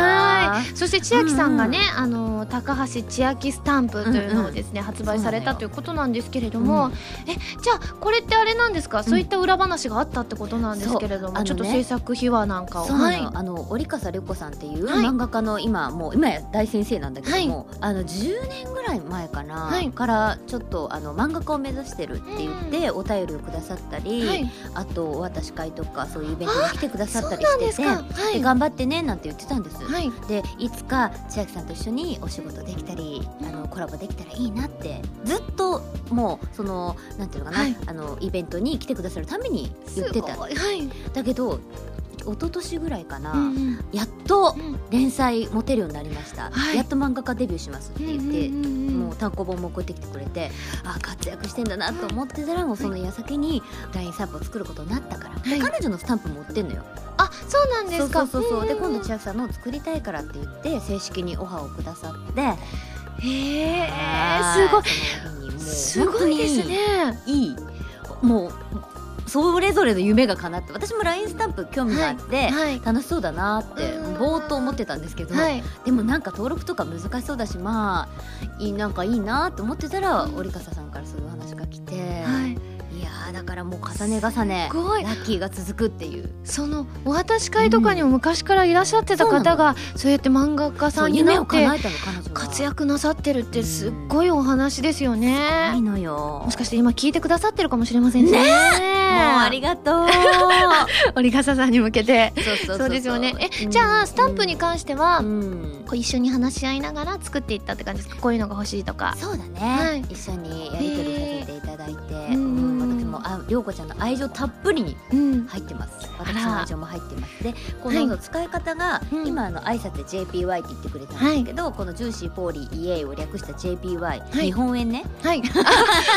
[SPEAKER 1] はいそして千秋さんがね、あの高橋千秋スタンプというのをですね、発売されたということなんですけれども、
[SPEAKER 3] うん
[SPEAKER 1] えじゃあこれってあれなんですか、そういった裏話があったってことなんですけれども、
[SPEAKER 3] そうあのね
[SPEAKER 1] ちょっと制作秘話なんかを
[SPEAKER 3] そうなの、
[SPEAKER 1] はい
[SPEAKER 3] あの折笠涼子さんっていう
[SPEAKER 1] はい
[SPEAKER 3] 漫画家の今もう今や大先生なんだけども、あの10年ぐらい前かな、
[SPEAKER 1] はい
[SPEAKER 3] からちょっとあの漫画家を目指してるって言ってお便りをくださったり、
[SPEAKER 1] はい
[SPEAKER 3] あとお渡し会とかそういうイベントに来てくださったり
[SPEAKER 1] そうなん
[SPEAKER 3] し
[SPEAKER 1] で
[SPEAKER 3] て
[SPEAKER 1] す
[SPEAKER 3] て、
[SPEAKER 1] かは
[SPEAKER 3] で
[SPEAKER 1] い
[SPEAKER 3] 頑張ってねなんて言ってたんです、
[SPEAKER 1] はい
[SPEAKER 3] でいつか千秋さんと一緒にお仕事できたりあのコラボできたらいいなってずっともうそのなんていうのかな、
[SPEAKER 1] はい
[SPEAKER 3] あのイベントに来てくださるために言ってた
[SPEAKER 1] すごいはい、
[SPEAKER 3] だけど一昨年ぐらいかな、
[SPEAKER 1] うんうん
[SPEAKER 3] やっと
[SPEAKER 1] うん
[SPEAKER 3] 連載持てるようになりました、
[SPEAKER 1] はい
[SPEAKER 3] やっと漫画家デビューしますって言って、
[SPEAKER 1] うんうんうん
[SPEAKER 3] もう単行本も送ってきてくれてあ活躍してんだなと思ってたらもうその矢先に LINE スタンプを作ることになったから、で
[SPEAKER 1] はい
[SPEAKER 3] 彼女のスタンプ持ってんのよ
[SPEAKER 1] あそうなんで
[SPEAKER 3] そう
[SPEAKER 1] す
[SPEAKER 3] そ
[SPEAKER 1] か
[SPEAKER 3] うそうそうで
[SPEAKER 1] んん
[SPEAKER 3] 今度千秋さんのを作りたいからって言って正式にオファーをくださって
[SPEAKER 1] へえ
[SPEAKER 3] はい
[SPEAKER 1] すごい
[SPEAKER 3] そ
[SPEAKER 1] す
[SPEAKER 3] の日にも
[SPEAKER 1] ご
[SPEAKER 3] う
[SPEAKER 1] いですね
[SPEAKER 3] 本当にいいもうそれぞれの夢が叶って私も LINE スタンプ興味があって、
[SPEAKER 1] はい
[SPEAKER 3] 楽しそうだなって
[SPEAKER 1] うん
[SPEAKER 3] ぼーっと思ってたんですけど、
[SPEAKER 1] はい
[SPEAKER 3] でもなんか登録とか難しそうだしまあいいなんかいいなと思ってたら折笠さんからそういう話が来て、
[SPEAKER 1] はい
[SPEAKER 3] い、やーだからもう重ね重ね
[SPEAKER 1] すごい
[SPEAKER 3] ラッキーが続くっていう
[SPEAKER 1] そのお渡し会とかにも昔からいらっしゃってた方が、そうやって漫画家さ
[SPEAKER 3] そうん
[SPEAKER 1] になって
[SPEAKER 3] 夢を叶えたの彼女は
[SPEAKER 1] 活躍なさってるってすっごいお話ですよ
[SPEAKER 3] な
[SPEAKER 1] ね
[SPEAKER 3] い。のよ
[SPEAKER 1] もしかして今聞いてくださってるかもしれませんね。ね
[SPEAKER 3] もうありがとう
[SPEAKER 1] 折笠さんに向けて。
[SPEAKER 3] そうそう
[SPEAKER 1] そうですよね。え、じゃあスタンプに関しては、
[SPEAKER 3] う
[SPEAKER 1] こ
[SPEAKER 3] ん
[SPEAKER 1] う一緒に話し合いながら作っていったって感じですか。こういうのが欲しいとか。
[SPEAKER 3] そうだね、
[SPEAKER 1] はい
[SPEAKER 3] 一緒にやり取りさせていただいて、
[SPEAKER 1] ー
[SPEAKER 3] うん
[SPEAKER 1] うん
[SPEAKER 3] 私もあ涼子ちゃんの愛情たっぷりに
[SPEAKER 1] うん。
[SPEAKER 3] 入ってます
[SPEAKER 1] ら
[SPEAKER 3] 私の愛情も入ってますでこ
[SPEAKER 1] はい
[SPEAKER 3] の使い方が、
[SPEAKER 1] うん
[SPEAKER 3] 今あの挨拶 JPY って言ってくれたんですけど、このジューシーポーリーイエーイを略した JPY、
[SPEAKER 1] い
[SPEAKER 3] 日本円ね
[SPEAKER 1] はい。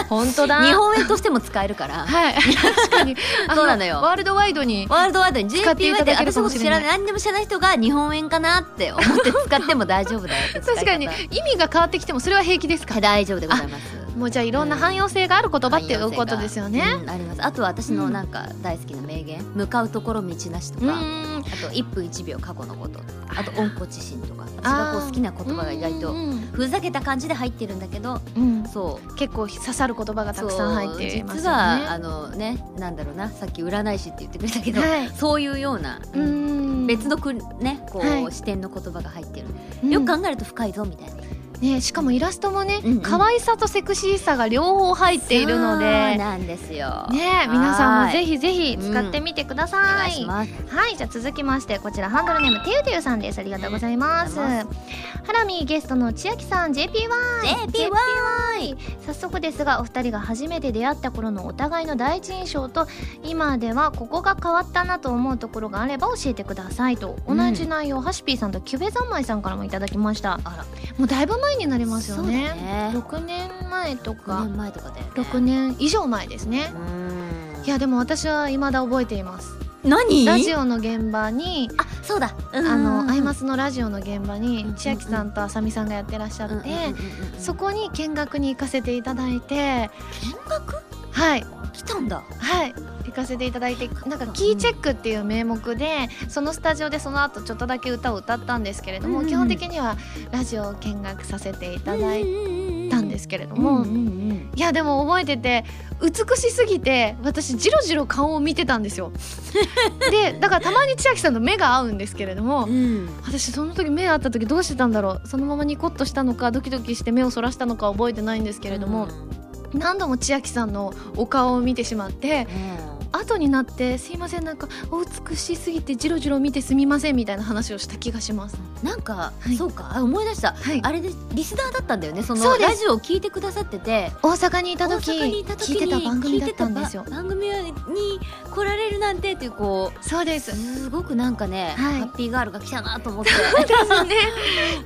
[SPEAKER 1] 本当だ。
[SPEAKER 3] 日 本円としても使えるから
[SPEAKER 1] はい。 確かに。あ
[SPEAKER 3] そうなのよ
[SPEAKER 4] ワールドワイドに
[SPEAKER 3] ワールドワイドに
[SPEAKER 4] 使ってい
[SPEAKER 3] JPY
[SPEAKER 4] た
[SPEAKER 3] って
[SPEAKER 4] だける
[SPEAKER 3] 私のこ
[SPEAKER 4] かも
[SPEAKER 3] と
[SPEAKER 4] し
[SPEAKER 3] 知
[SPEAKER 4] れな
[SPEAKER 3] ら
[SPEAKER 4] い
[SPEAKER 3] ない何でも知らない人が日本円かなって思って使っても大丈夫だよって使い方
[SPEAKER 4] 確かに意味が変わってきてもそれは平気ですか
[SPEAKER 3] 大丈夫でございます
[SPEAKER 1] もうじゃあいろんな汎用性がある言葉っていうことですよね。
[SPEAKER 3] うんありますあとは私のなんか大好きな名言、向かうところ道なしと
[SPEAKER 1] う
[SPEAKER 3] か、あ
[SPEAKER 1] ん。
[SPEAKER 3] と1分1秒過去のことあと温故知新とか私がこう好きな言葉が意外
[SPEAKER 1] う
[SPEAKER 3] と
[SPEAKER 1] ん
[SPEAKER 3] ふざけた感じで入ってるんだけど
[SPEAKER 1] うん
[SPEAKER 3] そう
[SPEAKER 1] 結構刺さる言葉がたくさん入っています
[SPEAKER 3] そう実
[SPEAKER 1] よね。
[SPEAKER 3] はあのねなんだろうなさっき占い師って言ってくれたけど、
[SPEAKER 1] はい
[SPEAKER 3] そういうような、
[SPEAKER 1] うん
[SPEAKER 3] 別のくねこう、
[SPEAKER 1] はい
[SPEAKER 3] 視点の言葉が入ってる
[SPEAKER 1] うん
[SPEAKER 3] よく考えると深いぞみたいな、
[SPEAKER 1] ね、しかもイラストもね、
[SPEAKER 3] うんうん
[SPEAKER 1] 可愛さとセクシーさが両方入っているので
[SPEAKER 3] そう
[SPEAKER 1] ね
[SPEAKER 3] なんですよ。
[SPEAKER 1] 皆さんもぜ
[SPEAKER 3] ひ
[SPEAKER 1] ひぜひ使ってみてくだ
[SPEAKER 3] お
[SPEAKER 1] さ
[SPEAKER 3] 願い
[SPEAKER 1] い、
[SPEAKER 3] します。
[SPEAKER 1] はい、じゃあ続きましてこちらハンドルネームてゆてゆさんです。ありがとうございます。
[SPEAKER 3] あり
[SPEAKER 1] ハ
[SPEAKER 3] が
[SPEAKER 1] ラミーゲストの千秋さん、JPY。
[SPEAKER 3] JPY
[SPEAKER 1] 早速ですがお二人が初めて出会った頃のお互いの第一印象と今ではここが変わったなと思うところがあれば教えてくださいと同
[SPEAKER 3] うん
[SPEAKER 1] じ内容、ハシピーさんとキュベザンマイさんからもいただきました
[SPEAKER 3] あら、
[SPEAKER 1] もうだいぶ前になりますよね
[SPEAKER 3] そうだ
[SPEAKER 1] 6
[SPEAKER 3] ね
[SPEAKER 1] 年前と
[SPEAKER 3] 5
[SPEAKER 1] か
[SPEAKER 3] 年前とかで、ね。
[SPEAKER 1] 6年以上前ですね
[SPEAKER 3] うーん。
[SPEAKER 1] いやでも私は未だ覚えています
[SPEAKER 3] 何？
[SPEAKER 1] ラジオの現場に
[SPEAKER 3] あ、そうだ。
[SPEAKER 1] あの「アイマ
[SPEAKER 3] す
[SPEAKER 1] ス」のラジオの現場
[SPEAKER 3] うんうんう
[SPEAKER 1] に
[SPEAKER 3] ん
[SPEAKER 1] 千秋さんとあさみさんがやってらっしゃって、そ
[SPEAKER 3] こ
[SPEAKER 1] こに見学に行かせていただいて
[SPEAKER 3] 見学
[SPEAKER 1] はい
[SPEAKER 3] 来たんだ。
[SPEAKER 1] はい行かせていただいてなんかキーチェックっていう名目でそのスタジオでその後ちょっとだけ歌を歌ったんですけれども、
[SPEAKER 3] うんうん
[SPEAKER 1] 基本的にはラジオを見学させていただいたんですすけれど
[SPEAKER 3] け
[SPEAKER 1] も、
[SPEAKER 3] うんうんうん、
[SPEAKER 1] いやでも覚えてて美しすぎて私ジロジロ顔を見てたんです よでだからたまに千秋さんと目が合うんですけれども、
[SPEAKER 3] うん
[SPEAKER 1] 私その時目合った時どうしてたんだろうそのままニコッとしたのかドキドキして目をそらしたのか覚えてないんですけれども、何度も千秋さんのお顔を見てしまって後になって「すいませんなんかお美しすぎてジロジロ見てすみません」みたいな話をした気がします。
[SPEAKER 3] なんか、
[SPEAKER 1] はい
[SPEAKER 3] そうかあ思い出した
[SPEAKER 1] はい、
[SPEAKER 3] あれでリスナーだったんだよね
[SPEAKER 1] そ
[SPEAKER 3] その
[SPEAKER 1] うです
[SPEAKER 3] ラジオを聞いてくださってて
[SPEAKER 1] 大阪にいた時
[SPEAKER 3] 大阪にいた時
[SPEAKER 1] 聞いて
[SPEAKER 3] に
[SPEAKER 1] た番組だったんですよ
[SPEAKER 3] 聞いて。た番組に来られるなんてっていうこう
[SPEAKER 1] そうです。
[SPEAKER 3] すごくなんかね、
[SPEAKER 1] はい
[SPEAKER 3] ハッピーガールが来たなと思って
[SPEAKER 1] ですね。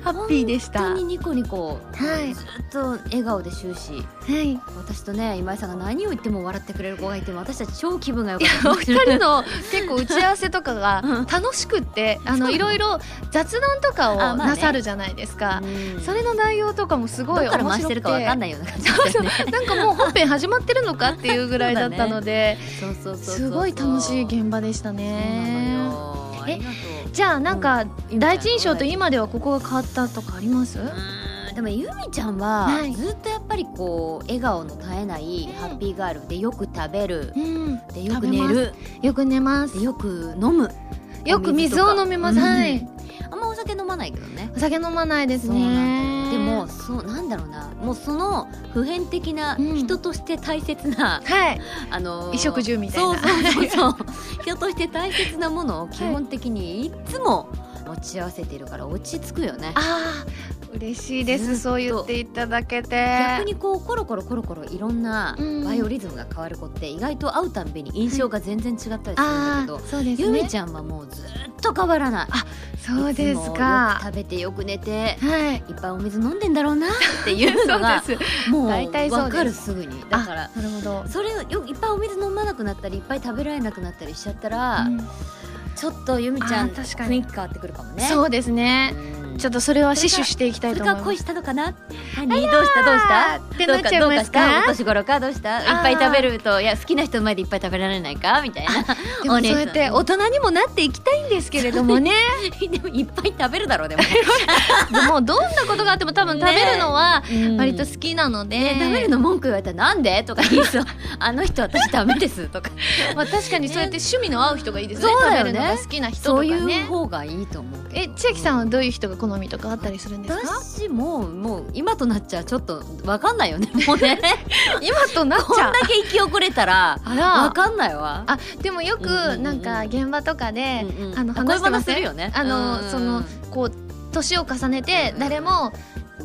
[SPEAKER 1] ハッピーでした。
[SPEAKER 3] 本当
[SPEAKER 1] は
[SPEAKER 3] にニコニコ
[SPEAKER 1] はい
[SPEAKER 3] ずっと笑顔で終始
[SPEAKER 1] い。
[SPEAKER 3] 私とね今井さんが何を言っても笑ってくれる子がいても私たち超気分が良かった
[SPEAKER 1] お二人の結構打ち合わせとか が楽しくって、あのいろいろ雑談とかを
[SPEAKER 3] あまあね
[SPEAKER 1] なさるじゃないですか。
[SPEAKER 3] うん
[SPEAKER 1] それの内容とかもすごい
[SPEAKER 3] どっから
[SPEAKER 1] 面
[SPEAKER 3] 回し
[SPEAKER 1] 白
[SPEAKER 3] て
[SPEAKER 1] くて
[SPEAKER 3] るかわかんないような感じだったよね
[SPEAKER 1] なんかもう本編始まってるのかっていうぐらいだったので、
[SPEAKER 3] そう そうそうそう
[SPEAKER 1] すごい楽しい現場でした
[SPEAKER 3] そうな
[SPEAKER 1] ね
[SPEAKER 3] のよ
[SPEAKER 1] え
[SPEAKER 3] ありがと
[SPEAKER 1] じゃあなんか
[SPEAKER 3] うん
[SPEAKER 1] 第一印象と今ではここが変わったとかあります
[SPEAKER 3] ううんでもゆみちゃんは
[SPEAKER 1] はい
[SPEAKER 3] ずっとやっぱりこう笑顔の絶えな
[SPEAKER 1] う
[SPEAKER 3] い
[SPEAKER 1] ん
[SPEAKER 3] ハッピーガールでよく食べる
[SPEAKER 1] うん
[SPEAKER 3] でよく寝
[SPEAKER 1] 食べ
[SPEAKER 3] る
[SPEAKER 1] よく寝ます
[SPEAKER 3] でよく飲む
[SPEAKER 1] よく水を飲みます
[SPEAKER 3] お水とか
[SPEAKER 1] はい
[SPEAKER 3] うんあんまお酒飲まないけどね
[SPEAKER 1] お酒飲まないです
[SPEAKER 3] そうなん
[SPEAKER 1] ね
[SPEAKER 3] だよでもそうなんだろうなもうその普遍的な
[SPEAKER 1] うん
[SPEAKER 3] 人として大 切な、
[SPEAKER 1] はい
[SPEAKER 3] あの
[SPEAKER 1] 衣
[SPEAKER 3] ー
[SPEAKER 1] 食住みたいな
[SPEAKER 3] そうそうそうそう 人として大切なものを基本的にいつも持ち合わせているから落ち着くよね、
[SPEAKER 1] あー嬉しいで
[SPEAKER 3] ずっ
[SPEAKER 1] す
[SPEAKER 3] と
[SPEAKER 1] そう言っていただけて
[SPEAKER 3] 逆にこうコロコロコロコロいろんな
[SPEAKER 1] うん
[SPEAKER 3] バイオリズムが変わる子って意外と会うたんびに印象が全然違ったりするんだ
[SPEAKER 1] あ
[SPEAKER 3] けど、
[SPEAKER 1] ーそうです
[SPEAKER 3] ゆ
[SPEAKER 1] ね
[SPEAKER 3] みちゃんはもうずっと変わらない
[SPEAKER 1] そうです
[SPEAKER 3] いつも
[SPEAKER 1] か
[SPEAKER 3] よく食べてよく寝て
[SPEAKER 1] はい
[SPEAKER 3] いっぱいお水飲んでんだろうなっていうのが
[SPEAKER 1] そうです
[SPEAKER 3] もう
[SPEAKER 1] 大体そうです
[SPEAKER 3] わかるすぐにだから
[SPEAKER 1] なるほど
[SPEAKER 3] それをよいっぱいお水飲まなくなったりいっぱい食べられなくなったりしちゃったら、
[SPEAKER 1] うん
[SPEAKER 3] ちょっとゆみちゃ
[SPEAKER 1] あ
[SPEAKER 3] ん
[SPEAKER 1] ー確かに
[SPEAKER 3] 雰囲気変わってくるかもね
[SPEAKER 1] そうですね
[SPEAKER 3] うん
[SPEAKER 1] ちょっとそれは死守していきたい
[SPEAKER 3] そ
[SPEAKER 1] と
[SPEAKER 3] れ
[SPEAKER 1] 思い
[SPEAKER 3] か
[SPEAKER 1] ます
[SPEAKER 3] ら恋したのかな何どうしたどうした
[SPEAKER 1] って
[SPEAKER 3] ど
[SPEAKER 1] な
[SPEAKER 3] う
[SPEAKER 1] っ
[SPEAKER 3] か
[SPEAKER 1] ちゃい
[SPEAKER 3] どう
[SPEAKER 1] ま
[SPEAKER 3] か
[SPEAKER 1] す
[SPEAKER 3] したお
[SPEAKER 1] か
[SPEAKER 3] 年頃かどうしたいっぱい食べるといや好きな人の前でいっぱい食べられないかみたいな
[SPEAKER 1] でもそ
[SPEAKER 3] お
[SPEAKER 1] う
[SPEAKER 3] 姉さん
[SPEAKER 1] やって大人にもなっていきたいんですけれどもね
[SPEAKER 3] でもいっぱい食べるだろうでも、
[SPEAKER 1] でもどんなことがあっても多分食べるのは割と
[SPEAKER 3] ね
[SPEAKER 1] 好きなので、
[SPEAKER 3] 食べるの文句言われたらなんでとか言いそうあの人私ダメですとか
[SPEAKER 1] まあ、確かにそうやって趣味の合う人がいいですね
[SPEAKER 3] そうだ
[SPEAKER 1] 食
[SPEAKER 3] よ
[SPEAKER 1] べ
[SPEAKER 3] ね
[SPEAKER 1] るのが好きな人と
[SPEAKER 3] そ
[SPEAKER 1] か
[SPEAKER 3] う
[SPEAKER 1] ね
[SPEAKER 3] いう方がいいと思うけ
[SPEAKER 1] え
[SPEAKER 3] ど
[SPEAKER 1] 千秋さんはどういう人が好みとかあったりするんですか
[SPEAKER 3] 私ももう今となっちゃちょっとわかんないよねもうね
[SPEAKER 1] 今となっ
[SPEAKER 3] こんだけ生き遅れたら
[SPEAKER 1] あ
[SPEAKER 3] わ
[SPEAKER 1] ら
[SPEAKER 3] かんないわ
[SPEAKER 1] あでもよく
[SPEAKER 3] うんうんうんうん
[SPEAKER 1] なんか現場とかで
[SPEAKER 3] うんうん
[SPEAKER 1] あの話
[SPEAKER 3] 恋
[SPEAKER 1] してま
[SPEAKER 3] 話
[SPEAKER 1] せ
[SPEAKER 3] す
[SPEAKER 1] ん
[SPEAKER 3] るよね
[SPEAKER 1] あの
[SPEAKER 3] うん
[SPEAKER 1] そのこう年を重ねて誰も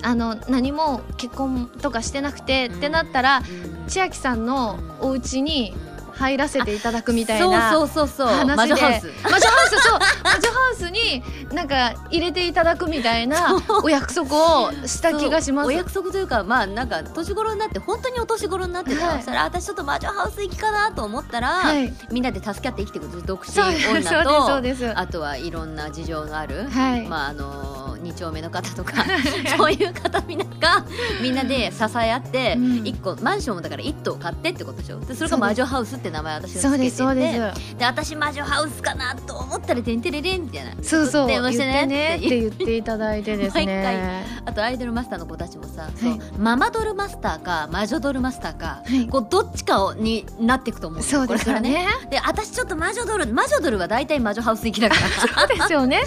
[SPEAKER 1] あの何も結婚ととかしてなくてってなったら
[SPEAKER 3] うん
[SPEAKER 1] 千秋さんのお家に入らせていただくみたいな
[SPEAKER 3] そうそうそうそう
[SPEAKER 1] 話で
[SPEAKER 3] 魔女ハウス
[SPEAKER 1] 魔女ハウスそう魔女ハウスになんか入れていただくみたいなお約束をした気がしま
[SPEAKER 3] そうお
[SPEAKER 1] す。
[SPEAKER 3] 約束というかまあなんか年頃になって本当にお年頃になってた
[SPEAKER 1] はい
[SPEAKER 3] らそしたら私ちょっと魔女ハウス行きかなと思った
[SPEAKER 1] は
[SPEAKER 3] ら
[SPEAKER 1] い、
[SPEAKER 3] みんなで助け合って生きていく独身
[SPEAKER 1] そう ですそうですそう
[SPEAKER 3] 女と
[SPEAKER 1] です。
[SPEAKER 3] あとはいろんな事情のある
[SPEAKER 1] はい、
[SPEAKER 3] まああの二丁目の方とか そういう方みんながみんなで支え合って
[SPEAKER 1] うん
[SPEAKER 3] 一個マンションもだから一棟買ってってことでしょでそれ
[SPEAKER 1] そ
[SPEAKER 3] が
[SPEAKER 1] うです
[SPEAKER 3] 魔女ハウスって名前私が
[SPEAKER 1] そう
[SPEAKER 3] つけて
[SPEAKER 1] で
[SPEAKER 3] て
[SPEAKER 1] すそうです。
[SPEAKER 3] で私魔女ハウスかなと思ったら「てんてれれん」みたいな
[SPEAKER 1] そうそう
[SPEAKER 3] 電話してね
[SPEAKER 1] 言ってねって言っていただいてですね。
[SPEAKER 3] 毎 あとアイドルマスターの子たちもさ、そう
[SPEAKER 1] はい
[SPEAKER 3] ママドルマスターか魔女ドルマスターか、
[SPEAKER 1] はい
[SPEAKER 3] こうどっちかをになっていくと思うよ
[SPEAKER 1] そうですよ
[SPEAKER 3] これか
[SPEAKER 1] ね。
[SPEAKER 3] らねで私ちょっと 魔女ドル魔女ドルは大体魔女ハウス行きだから
[SPEAKER 1] そうですよね。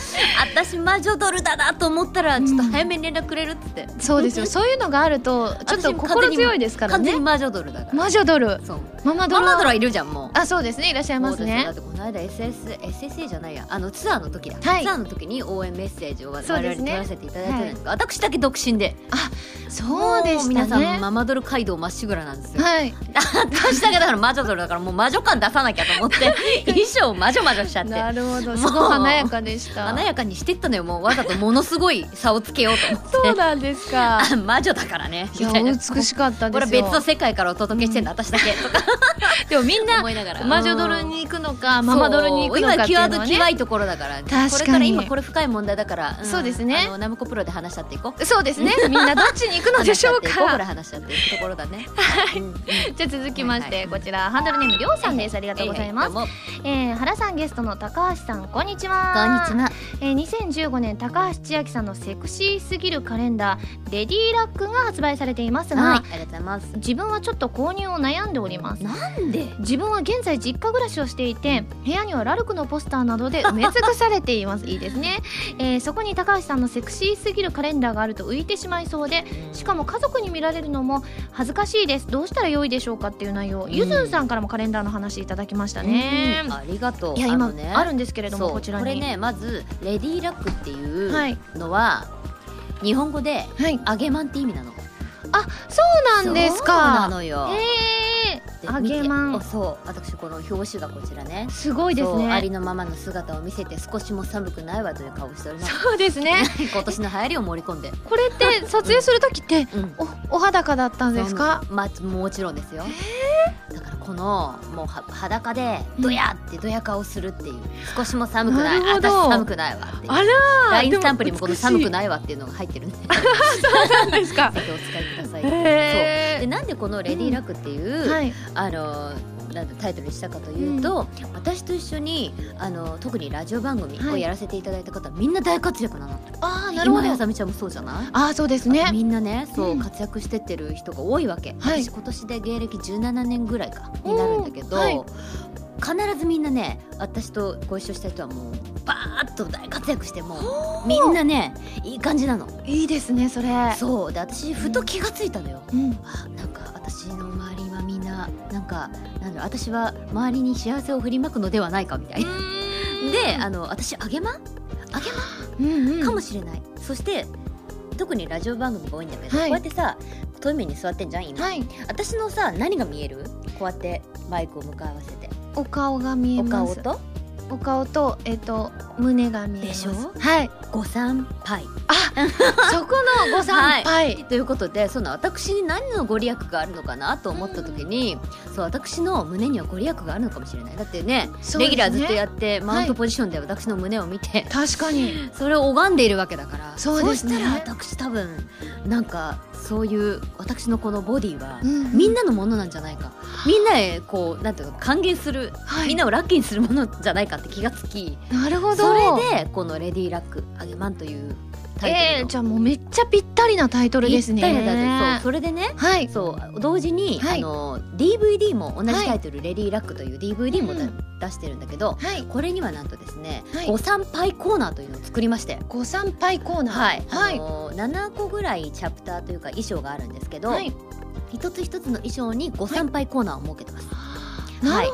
[SPEAKER 3] 私魔女ドルだなと思思ったらちょっと早めに連絡くれるっつって、
[SPEAKER 1] そうですよそういうのがあるとちょっと心強いですから
[SPEAKER 3] 完全
[SPEAKER 1] ね
[SPEAKER 3] に魔女ドルだから、
[SPEAKER 1] 魔女ドル
[SPEAKER 3] そう
[SPEAKER 1] ママド
[SPEAKER 3] マ
[SPEAKER 1] ル
[SPEAKER 3] マドルはいるじゃんもう
[SPEAKER 1] あそうですねいらっしゃいます
[SPEAKER 3] そう
[SPEAKER 1] ね
[SPEAKER 3] ですよだってこの間 SS SSA じゃないやあのツアーの時だ、
[SPEAKER 1] はい
[SPEAKER 3] ツアーの時に応援メッセージを我
[SPEAKER 1] そう
[SPEAKER 3] 々
[SPEAKER 1] で
[SPEAKER 3] に
[SPEAKER 1] す
[SPEAKER 3] 取
[SPEAKER 1] ね
[SPEAKER 3] らせていただいたんですが、私だけ独身で
[SPEAKER 1] そうで
[SPEAKER 3] も
[SPEAKER 1] し
[SPEAKER 3] 皆
[SPEAKER 1] た
[SPEAKER 3] さん
[SPEAKER 1] ね
[SPEAKER 3] ママドル街道まっしぐらな んですよ、
[SPEAKER 1] はい
[SPEAKER 3] 私だけだから魔女ドルだからもう魔女感出さなきゃと思って 衣装を魔女魔女しちゃって
[SPEAKER 1] なるほど
[SPEAKER 3] う
[SPEAKER 1] すごい華やかでした
[SPEAKER 3] 華やかにしてったのよもうわざとものすごい差をつけようと思って
[SPEAKER 1] そうなんですか
[SPEAKER 3] あ 魔女だからね
[SPEAKER 1] い
[SPEAKER 3] み
[SPEAKER 1] や
[SPEAKER 3] たいな
[SPEAKER 1] 美しかった
[SPEAKER 3] これ
[SPEAKER 1] ですよ
[SPEAKER 3] 別の世界からお届けしてんだ、私だけとか
[SPEAKER 1] でもみんな
[SPEAKER 3] 思いながら
[SPEAKER 1] 魔女ドルに行くのかママドルに行くのかっていうの
[SPEAKER 3] そう今キーワ
[SPEAKER 1] は
[SPEAKER 3] ードキワ
[SPEAKER 1] ね
[SPEAKER 3] いところだから
[SPEAKER 1] 確かに
[SPEAKER 3] これから今これ深い問題だから、
[SPEAKER 1] そうですね
[SPEAKER 3] あのナムコプロで話し合っていこう
[SPEAKER 1] そうですねみんなどっちに行くのでしょう
[SPEAKER 3] 話し合っていこうこれ
[SPEAKER 1] か
[SPEAKER 3] 話し合っていくところだねはい、うんうん
[SPEAKER 1] じゃあ続きまして、
[SPEAKER 3] はいはい
[SPEAKER 1] こちらハンドルネームりょうさんですありがとうございます、
[SPEAKER 3] どうもこんに
[SPEAKER 4] えー、原さんゲストの高橋さんこんにち
[SPEAKER 3] ち
[SPEAKER 4] は
[SPEAKER 3] は
[SPEAKER 4] えー、2015年高橋千明さんのセクシーすぎるカレンダーレディーラックが発売されていますが、
[SPEAKER 3] はいありがとうございます
[SPEAKER 4] 自分はちょっと購入を悩んでおります
[SPEAKER 3] なんで
[SPEAKER 4] 自分は現在実家暮らしをしていて部屋にはラルクのポスターなどで埋め尽くされてい ますいいですね、えーそこに高橋さんのセクシーすぎるカレンダーがあると浮いてしまいそうでしかも家族に見られるのも恥ずかしいですどうしたら良いでしょうかっていう内容、
[SPEAKER 3] ん
[SPEAKER 4] ゆずんさんからもカレンダーの話いただきましたね、
[SPEAKER 3] うんありがとう
[SPEAKER 4] いや
[SPEAKER 3] あ
[SPEAKER 4] 今
[SPEAKER 3] のね
[SPEAKER 4] あるんですけれど
[SPEAKER 3] そ
[SPEAKER 4] も
[SPEAKER 3] う
[SPEAKER 4] こちらに
[SPEAKER 3] れねまずレディーラックっていう
[SPEAKER 4] はい
[SPEAKER 3] のは、日本語で
[SPEAKER 1] はい
[SPEAKER 3] 揚げまんって意味なの
[SPEAKER 1] そうなんです
[SPEAKER 3] そうな
[SPEAKER 1] か
[SPEAKER 3] のよ
[SPEAKER 4] え
[SPEAKER 3] で
[SPEAKER 4] ー、揚げま
[SPEAKER 3] 見
[SPEAKER 4] ん
[SPEAKER 3] ておそう私この表紙がこちらね
[SPEAKER 4] すごいです
[SPEAKER 3] そうあ
[SPEAKER 4] ね
[SPEAKER 3] りのままの姿を見せて少しも寒くないわという顔をしております
[SPEAKER 1] そうですね
[SPEAKER 3] 今年の流行りを盛り込んで、
[SPEAKER 1] これって撮影する時って
[SPEAKER 3] うん、
[SPEAKER 1] おお裸だったんですか
[SPEAKER 3] まあもちろんですよ、だからこのもうは裸でドヤってドヤ顔するっていう少しも寒くない
[SPEAKER 1] なるほ
[SPEAKER 3] 私
[SPEAKER 1] ど
[SPEAKER 3] 寒くないわっていう
[SPEAKER 1] あらー
[SPEAKER 3] ラインスタンプにもこの寒く
[SPEAKER 1] い
[SPEAKER 3] ないわっていうのが入ってるんでぜ
[SPEAKER 1] そうなんですか
[SPEAKER 3] ひ お使いく ださい、そうで
[SPEAKER 1] へ
[SPEAKER 3] なんでこの「レディーラック」っていう、
[SPEAKER 1] ーはい
[SPEAKER 3] あのなんだタイトルにしたかというと、私と一緒にあの特にラジオ番組をやらせていただいた方、みんな大活躍なの
[SPEAKER 1] ああなるほ
[SPEAKER 3] 今
[SPEAKER 1] ど
[SPEAKER 3] やさみちゃんもそうじゃない
[SPEAKER 1] あーそうですね
[SPEAKER 3] みんなねそう、
[SPEAKER 1] うん
[SPEAKER 3] 活躍してってる人が多いわけ、
[SPEAKER 1] はい
[SPEAKER 3] 私今年で芸歴17年ぐらいかになるんだけど、
[SPEAKER 1] おー
[SPEAKER 3] 必ずみんなね私とご一緒した人はもうバーッと大活躍してもうみんなねいい感じなの
[SPEAKER 1] いいですねそれ
[SPEAKER 3] そうで私ふと気がついたのよ、
[SPEAKER 1] うん
[SPEAKER 3] あなんか私の周りはみんななんかなんだろう私は周りに幸せを振りまくのではないかみたいな、であの私あげまんあげまん
[SPEAKER 1] うんうん
[SPEAKER 3] かもしれない、そして特にラジオ番組が多いんだけど、
[SPEAKER 1] はい
[SPEAKER 3] こうやってさ遠い目に座ってんじゃん今、
[SPEAKER 1] はい
[SPEAKER 3] 私のさ何が見えるこうやってマイクを向かい合わせて
[SPEAKER 1] お顔が見え
[SPEAKER 3] お
[SPEAKER 1] ま
[SPEAKER 3] 顔
[SPEAKER 1] す
[SPEAKER 3] と
[SPEAKER 1] お顔とえっと胸が見えます
[SPEAKER 3] でしょ
[SPEAKER 1] はい
[SPEAKER 3] ご参拝
[SPEAKER 1] そこのご参拝
[SPEAKER 3] ということでその私に何のご利益があるのかなと思った時に、そう私の胸にはご利益があるのかもしれないだってね
[SPEAKER 1] そうですね
[SPEAKER 3] レギュラーずっとやってマウントポジションで私の胸を見て、
[SPEAKER 1] 確かに
[SPEAKER 3] それを拝んでいるわけだから
[SPEAKER 1] そうですね
[SPEAKER 3] したら私多分なんかそういう私のこのボディは、
[SPEAKER 1] うん
[SPEAKER 3] みんなのものなんじゃないかみんなへこうなんていうの還元する、
[SPEAKER 1] はい
[SPEAKER 3] みんなをラッキーにするものじゃないかって気がつき
[SPEAKER 1] なるほど
[SPEAKER 3] それでこの「レディーラックあげまん」というタ
[SPEAKER 1] えー
[SPEAKER 3] イト
[SPEAKER 1] じゃあもうめっちゃぴったりなタイト
[SPEAKER 3] ル
[SPEAKER 1] ル
[SPEAKER 3] の
[SPEAKER 1] ですね
[SPEAKER 3] ぴったりなタイトルそうそれでね
[SPEAKER 1] はい
[SPEAKER 3] そう同時に、
[SPEAKER 1] はい
[SPEAKER 3] あの DVD も同じ
[SPEAKER 1] はい
[SPEAKER 3] タイトル「レディーラック」という DVD もだ、
[SPEAKER 1] う
[SPEAKER 3] 出してるんだけど
[SPEAKER 1] はい
[SPEAKER 3] これにはなんとですね、
[SPEAKER 1] はい
[SPEAKER 3] ご参拝コーナーというのを作りまして。
[SPEAKER 1] ご参拝コーナー
[SPEAKER 3] はい、
[SPEAKER 1] は
[SPEAKER 3] あ
[SPEAKER 1] い
[SPEAKER 3] の7個ぐらいチャプターというか衣装があるんですけど、
[SPEAKER 1] はい
[SPEAKER 3] 一つ一つの衣装にご参拝コーナーを設けてます、
[SPEAKER 1] なる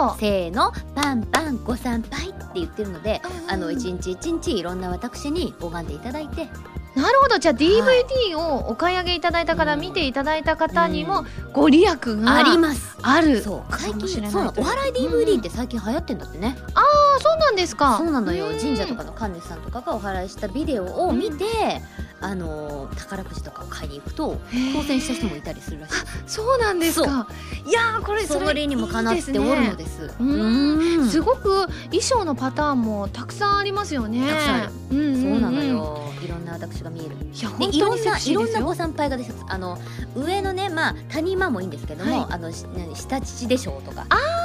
[SPEAKER 1] ほど
[SPEAKER 3] せーのパンパンご参拝って言ってるので、
[SPEAKER 1] うんうん
[SPEAKER 3] あの一日一日いろんな私に拝んでいただいて
[SPEAKER 1] なるほどじゃあ DVD をお買い上げいただいたから
[SPEAKER 3] うん
[SPEAKER 1] 見ていただいた方に
[SPEAKER 3] う
[SPEAKER 1] もご利益が
[SPEAKER 3] あります
[SPEAKER 1] ある
[SPEAKER 3] そう
[SPEAKER 1] か
[SPEAKER 3] 最
[SPEAKER 1] もしれな
[SPEAKER 3] 近
[SPEAKER 1] い
[SPEAKER 3] そうなの
[SPEAKER 1] とい
[SPEAKER 3] お
[SPEAKER 1] う
[SPEAKER 3] 祓い DVD って最近流行ってんだってね、
[SPEAKER 1] あそうなんですか
[SPEAKER 3] そうなのよ
[SPEAKER 1] ん
[SPEAKER 3] 神社とかの神主さんとかがお祓いしたビデオを見て、あの宝くじとかを買いに行くと
[SPEAKER 1] へー
[SPEAKER 3] 当選した人もいたりするらしい
[SPEAKER 1] そうなんですかいやーこれそ
[SPEAKER 3] そ
[SPEAKER 1] れ
[SPEAKER 3] れにもかなっておるのです
[SPEAKER 1] いいですね
[SPEAKER 3] う
[SPEAKER 1] いいですね
[SPEAKER 3] ん
[SPEAKER 1] すごく衣装のパターンもたくさんありますよね
[SPEAKER 3] たくさんある
[SPEAKER 1] うんうんうん
[SPEAKER 3] そうなのよ、いろんな私が見える
[SPEAKER 1] いや
[SPEAKER 3] で
[SPEAKER 1] 本
[SPEAKER 3] い
[SPEAKER 1] 当
[SPEAKER 3] ろ
[SPEAKER 1] に
[SPEAKER 3] ん
[SPEAKER 1] セ
[SPEAKER 3] な
[SPEAKER 1] クシ
[SPEAKER 3] い
[SPEAKER 1] ー
[SPEAKER 3] ろ
[SPEAKER 1] で
[SPEAKER 3] ん
[SPEAKER 1] す
[SPEAKER 3] なご
[SPEAKER 1] よ
[SPEAKER 3] 参拝がですあの上のねまあ谷間もいいんですけども、あのし何下乳でしょうとか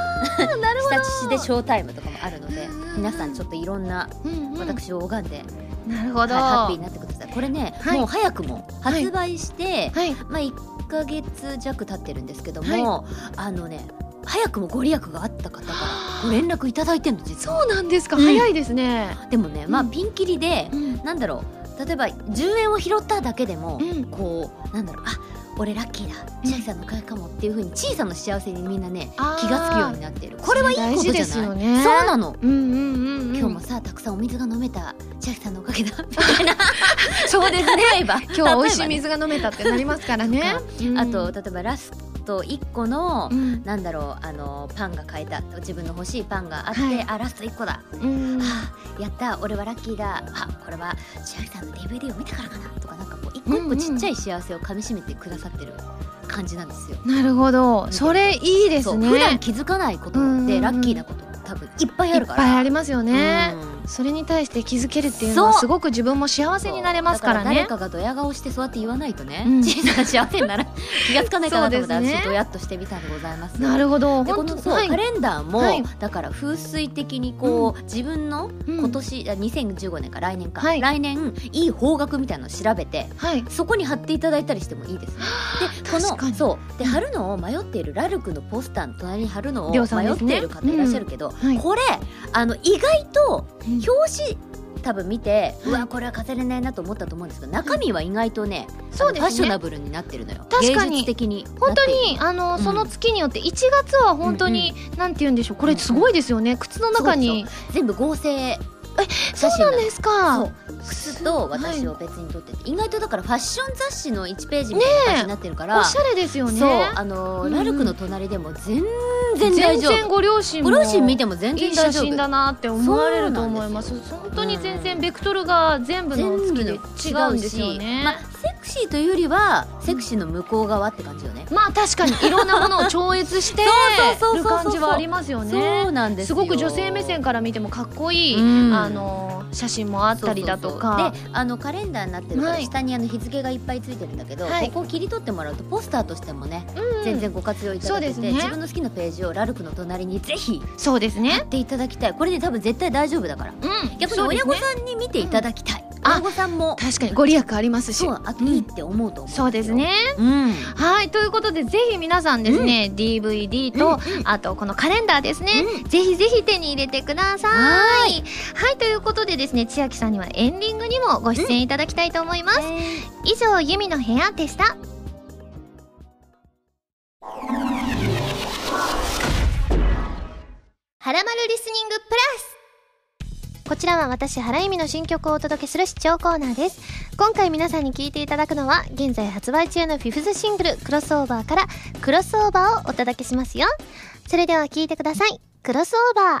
[SPEAKER 1] なる
[SPEAKER 3] 下乳でショータイムとかもあるので、
[SPEAKER 1] うんうんうん
[SPEAKER 3] 皆さんちょっといろんな
[SPEAKER 1] うんうん
[SPEAKER 3] 私を拝んで、
[SPEAKER 1] なるほど
[SPEAKER 3] はいハッピーになってくださいこれね、
[SPEAKER 1] はい
[SPEAKER 3] もう早くも発売して、
[SPEAKER 1] はい
[SPEAKER 3] まあ1か月弱経ってるんですけども、あのね早くもご利益があった方からご連絡いただいてるの実は
[SPEAKER 1] そうなんですか
[SPEAKER 3] うん
[SPEAKER 1] 早いですね
[SPEAKER 3] でもねまあ
[SPEAKER 1] うん
[SPEAKER 3] ピンキリで、
[SPEAKER 1] うん
[SPEAKER 3] なんだろう例えば10円を拾っただけでも、
[SPEAKER 1] うん
[SPEAKER 3] こうなんだろうあ俺ラッキーだ千秋さんのおかげかもっていうふうに小さな幸せにみんなね
[SPEAKER 1] あー
[SPEAKER 3] 気がつくようになってるこれはいいことじゃない
[SPEAKER 1] それ大事ですよね
[SPEAKER 3] そうなの、
[SPEAKER 1] うんうんうん、うん、
[SPEAKER 3] 今日もさたくさんお水が飲めた千秋さんのおかげ だみたいなそうです ね例えば
[SPEAKER 1] 今日美味し
[SPEAKER 3] 例
[SPEAKER 1] い
[SPEAKER 3] えばね
[SPEAKER 1] 水が飲めたってなりますからねうん
[SPEAKER 3] あと例えばラスト1個の、
[SPEAKER 1] うん
[SPEAKER 3] なんだろうあのパンが買えた自分の欲しいパンがあって、
[SPEAKER 1] はい
[SPEAKER 3] あラスト1個だ、
[SPEAKER 1] うん
[SPEAKER 3] はあやった俺はラッキーだあこれは千秋さんの DVD を見たからかなとかなんかこう一個一
[SPEAKER 1] うんう
[SPEAKER 3] 個
[SPEAKER 1] ん
[SPEAKER 3] ちっちゃい幸せをかみしめてくださってる感じなんですよ。
[SPEAKER 1] なるほどそれいいです
[SPEAKER 3] そう
[SPEAKER 1] ね
[SPEAKER 3] 普段気づかないこと
[SPEAKER 1] うんうんう
[SPEAKER 3] で
[SPEAKER 1] ん
[SPEAKER 3] ラッキーなこと多分いっぱい
[SPEAKER 1] い
[SPEAKER 3] あ
[SPEAKER 1] っ
[SPEAKER 3] るから。
[SPEAKER 1] ぱいありますよね、
[SPEAKER 3] うん
[SPEAKER 1] それに対して気づけるっていうのは
[SPEAKER 3] そう
[SPEAKER 1] すごく自分も幸せになれますから
[SPEAKER 3] そうだ
[SPEAKER 1] ね
[SPEAKER 3] 誰かがドヤ顔してそうやって言わないとね、
[SPEAKER 1] うん
[SPEAKER 3] 小さな幸せに なら気がつかないかなと思って
[SPEAKER 1] そうですね
[SPEAKER 3] 私ドヤっとしてみたんでございます
[SPEAKER 1] なるほど
[SPEAKER 3] でこ
[SPEAKER 1] 本当
[SPEAKER 3] のそう、
[SPEAKER 1] はい
[SPEAKER 3] カレンダーも、
[SPEAKER 1] はい
[SPEAKER 3] だから風水的にこう、自分の
[SPEAKER 1] うん
[SPEAKER 3] 今年、あ2015年か来年か、
[SPEAKER 1] はい
[SPEAKER 3] 来年いい方角みたいなのを調べて
[SPEAKER 1] はい
[SPEAKER 3] そこに貼っていただいたりしてもいいですね。でこ
[SPEAKER 1] 確か
[SPEAKER 3] の
[SPEAKER 1] に
[SPEAKER 3] そうで貼るのを迷っているラルクのポスターの隣に貼るのを
[SPEAKER 1] り
[SPEAKER 3] 迷
[SPEAKER 1] ょうさんです
[SPEAKER 3] っ
[SPEAKER 1] ね
[SPEAKER 3] ている方いらっしゃるけど、
[SPEAKER 1] うんはい
[SPEAKER 3] これあの意外と
[SPEAKER 1] うん
[SPEAKER 3] 表紙多分見て、
[SPEAKER 1] はいう
[SPEAKER 3] わこれは飾れないなと思ったと思うんですけど中身は意外とね、
[SPEAKER 1] そうで
[SPEAKER 3] ファッ
[SPEAKER 1] す
[SPEAKER 3] ショナ
[SPEAKER 1] ね
[SPEAKER 3] ブルになってるのよ
[SPEAKER 1] 確かに
[SPEAKER 3] 芸術的に
[SPEAKER 1] 本当
[SPEAKER 3] なっている
[SPEAKER 1] にあの、
[SPEAKER 3] うん
[SPEAKER 1] その月によって1月は本当に、なんて言うんでしょうこれすごいですよね靴の中に
[SPEAKER 3] 全部合成
[SPEAKER 1] そうなんですか
[SPEAKER 3] そう靴と私を別に撮ってて、意外とだからファッション雑誌の1ページみたいな感じになってるから、
[SPEAKER 1] おしゃれですよね
[SPEAKER 3] そうあの
[SPEAKER 1] う
[SPEAKER 3] ー
[SPEAKER 1] んうん
[SPEAKER 3] ラルクの隣でも全然大丈
[SPEAKER 1] 全然
[SPEAKER 3] 夫
[SPEAKER 1] ご両親も
[SPEAKER 3] ご両親見ても全
[SPEAKER 1] い
[SPEAKER 3] 然
[SPEAKER 1] い
[SPEAKER 3] 大
[SPEAKER 1] 写
[SPEAKER 3] 丈
[SPEAKER 1] 真だ
[SPEAKER 3] 夫
[SPEAKER 1] なって思われると思います
[SPEAKER 3] そう
[SPEAKER 1] 本当に全然ベクトルが全部の
[SPEAKER 3] 全
[SPEAKER 1] 月
[SPEAKER 3] 部
[SPEAKER 1] で
[SPEAKER 3] の
[SPEAKER 1] 違うんですよね、
[SPEAKER 3] まあ、セクシーというよりはセクシーの向こう側って感じよね、
[SPEAKER 1] まあ確かにいろんなものを超越して
[SPEAKER 3] そうそうそうそう
[SPEAKER 1] る感じはありますよ
[SPEAKER 3] そ
[SPEAKER 1] ね
[SPEAKER 3] う。なんです
[SPEAKER 1] す
[SPEAKER 3] よ
[SPEAKER 1] ごく女性目線から見てもかっこいい、
[SPEAKER 3] うん
[SPEAKER 1] あの写真もあったりだと
[SPEAKER 3] そう
[SPEAKER 1] か
[SPEAKER 3] そうそうであのカレンダーになってるか
[SPEAKER 1] は
[SPEAKER 3] ら
[SPEAKER 1] い
[SPEAKER 3] 下にあの日付がいっぱいついてるんだけど、
[SPEAKER 1] はい
[SPEAKER 3] ここを切り取ってもらうとポスターとしてもね、
[SPEAKER 1] うん
[SPEAKER 3] 全然ご活用いただ
[SPEAKER 1] そ
[SPEAKER 3] けて、
[SPEAKER 1] うですね
[SPEAKER 3] 自分の好きなページをラルクの隣にぜひ貼
[SPEAKER 1] そうですね。
[SPEAKER 3] っていただきたいこれで多分絶対大丈夫だから
[SPEAKER 1] うん
[SPEAKER 3] 逆に
[SPEAKER 1] そうで
[SPEAKER 3] 親
[SPEAKER 1] す
[SPEAKER 3] 御
[SPEAKER 1] ね
[SPEAKER 3] さんに見ていただきたい、
[SPEAKER 1] あ
[SPEAKER 3] 親御さんも
[SPEAKER 1] 確かにご利益ありますし
[SPEAKER 3] そ。うあといいって思うと思う、
[SPEAKER 1] そうですね。
[SPEAKER 3] うん
[SPEAKER 1] はいということでぜひ皆さんですね、DVD と、あとこのカレンダーですね、ぜひぜひ手に入れてください。はいということでですね千秋さんにはエンディングにもご出演いただきたいと思います。以上ユミの部屋でした。
[SPEAKER 4] はらまるリスニングプラスこちらは私原由美の新曲をお届けする視聴コーナーです今回皆さんに聴いていただくのは現在発売中のフィフスシングル「クロスオーバー」から「クロスオーバー」をお届けしますよそれでは聴いてください「クロスオーバー」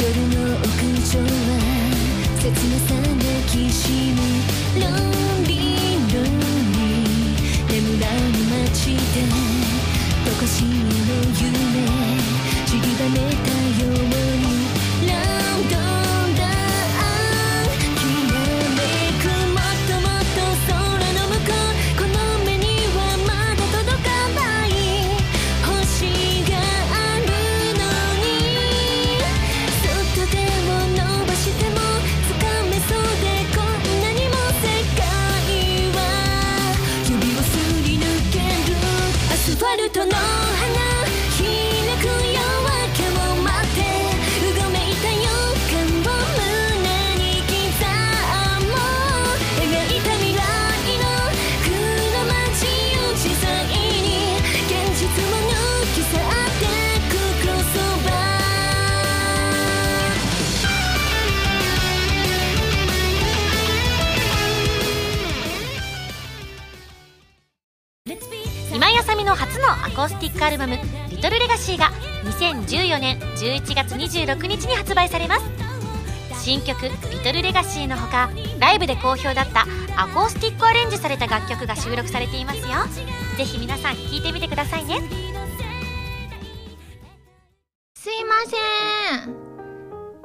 [SPEAKER 5] 夜の屋上は切なさがきしむロンリーロンリー眠らぬ街でとかしえの夢ちりばめたようにランドンダーンきらめくもっともっと空の向こうこの目にはまだ届かない星があるのに「外でも伸ばしても掴めそうでこんなにも世界は」「指をすり抜けるアスファルトの花」「開く夜明けを待って」「うごめいた予感を胸に刻もう」「描いた未来の黒街を自在に」「現実を抜き去ってくクロスオーバー」
[SPEAKER 6] 今やさみの初のアコースティックアルバム「リトルレガシーが2014年11月26日に発売されます新曲「リトルレガシーのほかライブで好評だったアコースティックアレンジされた楽曲が収録されていますよぜひ皆さん聴いてみてくださいね
[SPEAKER 1] すいません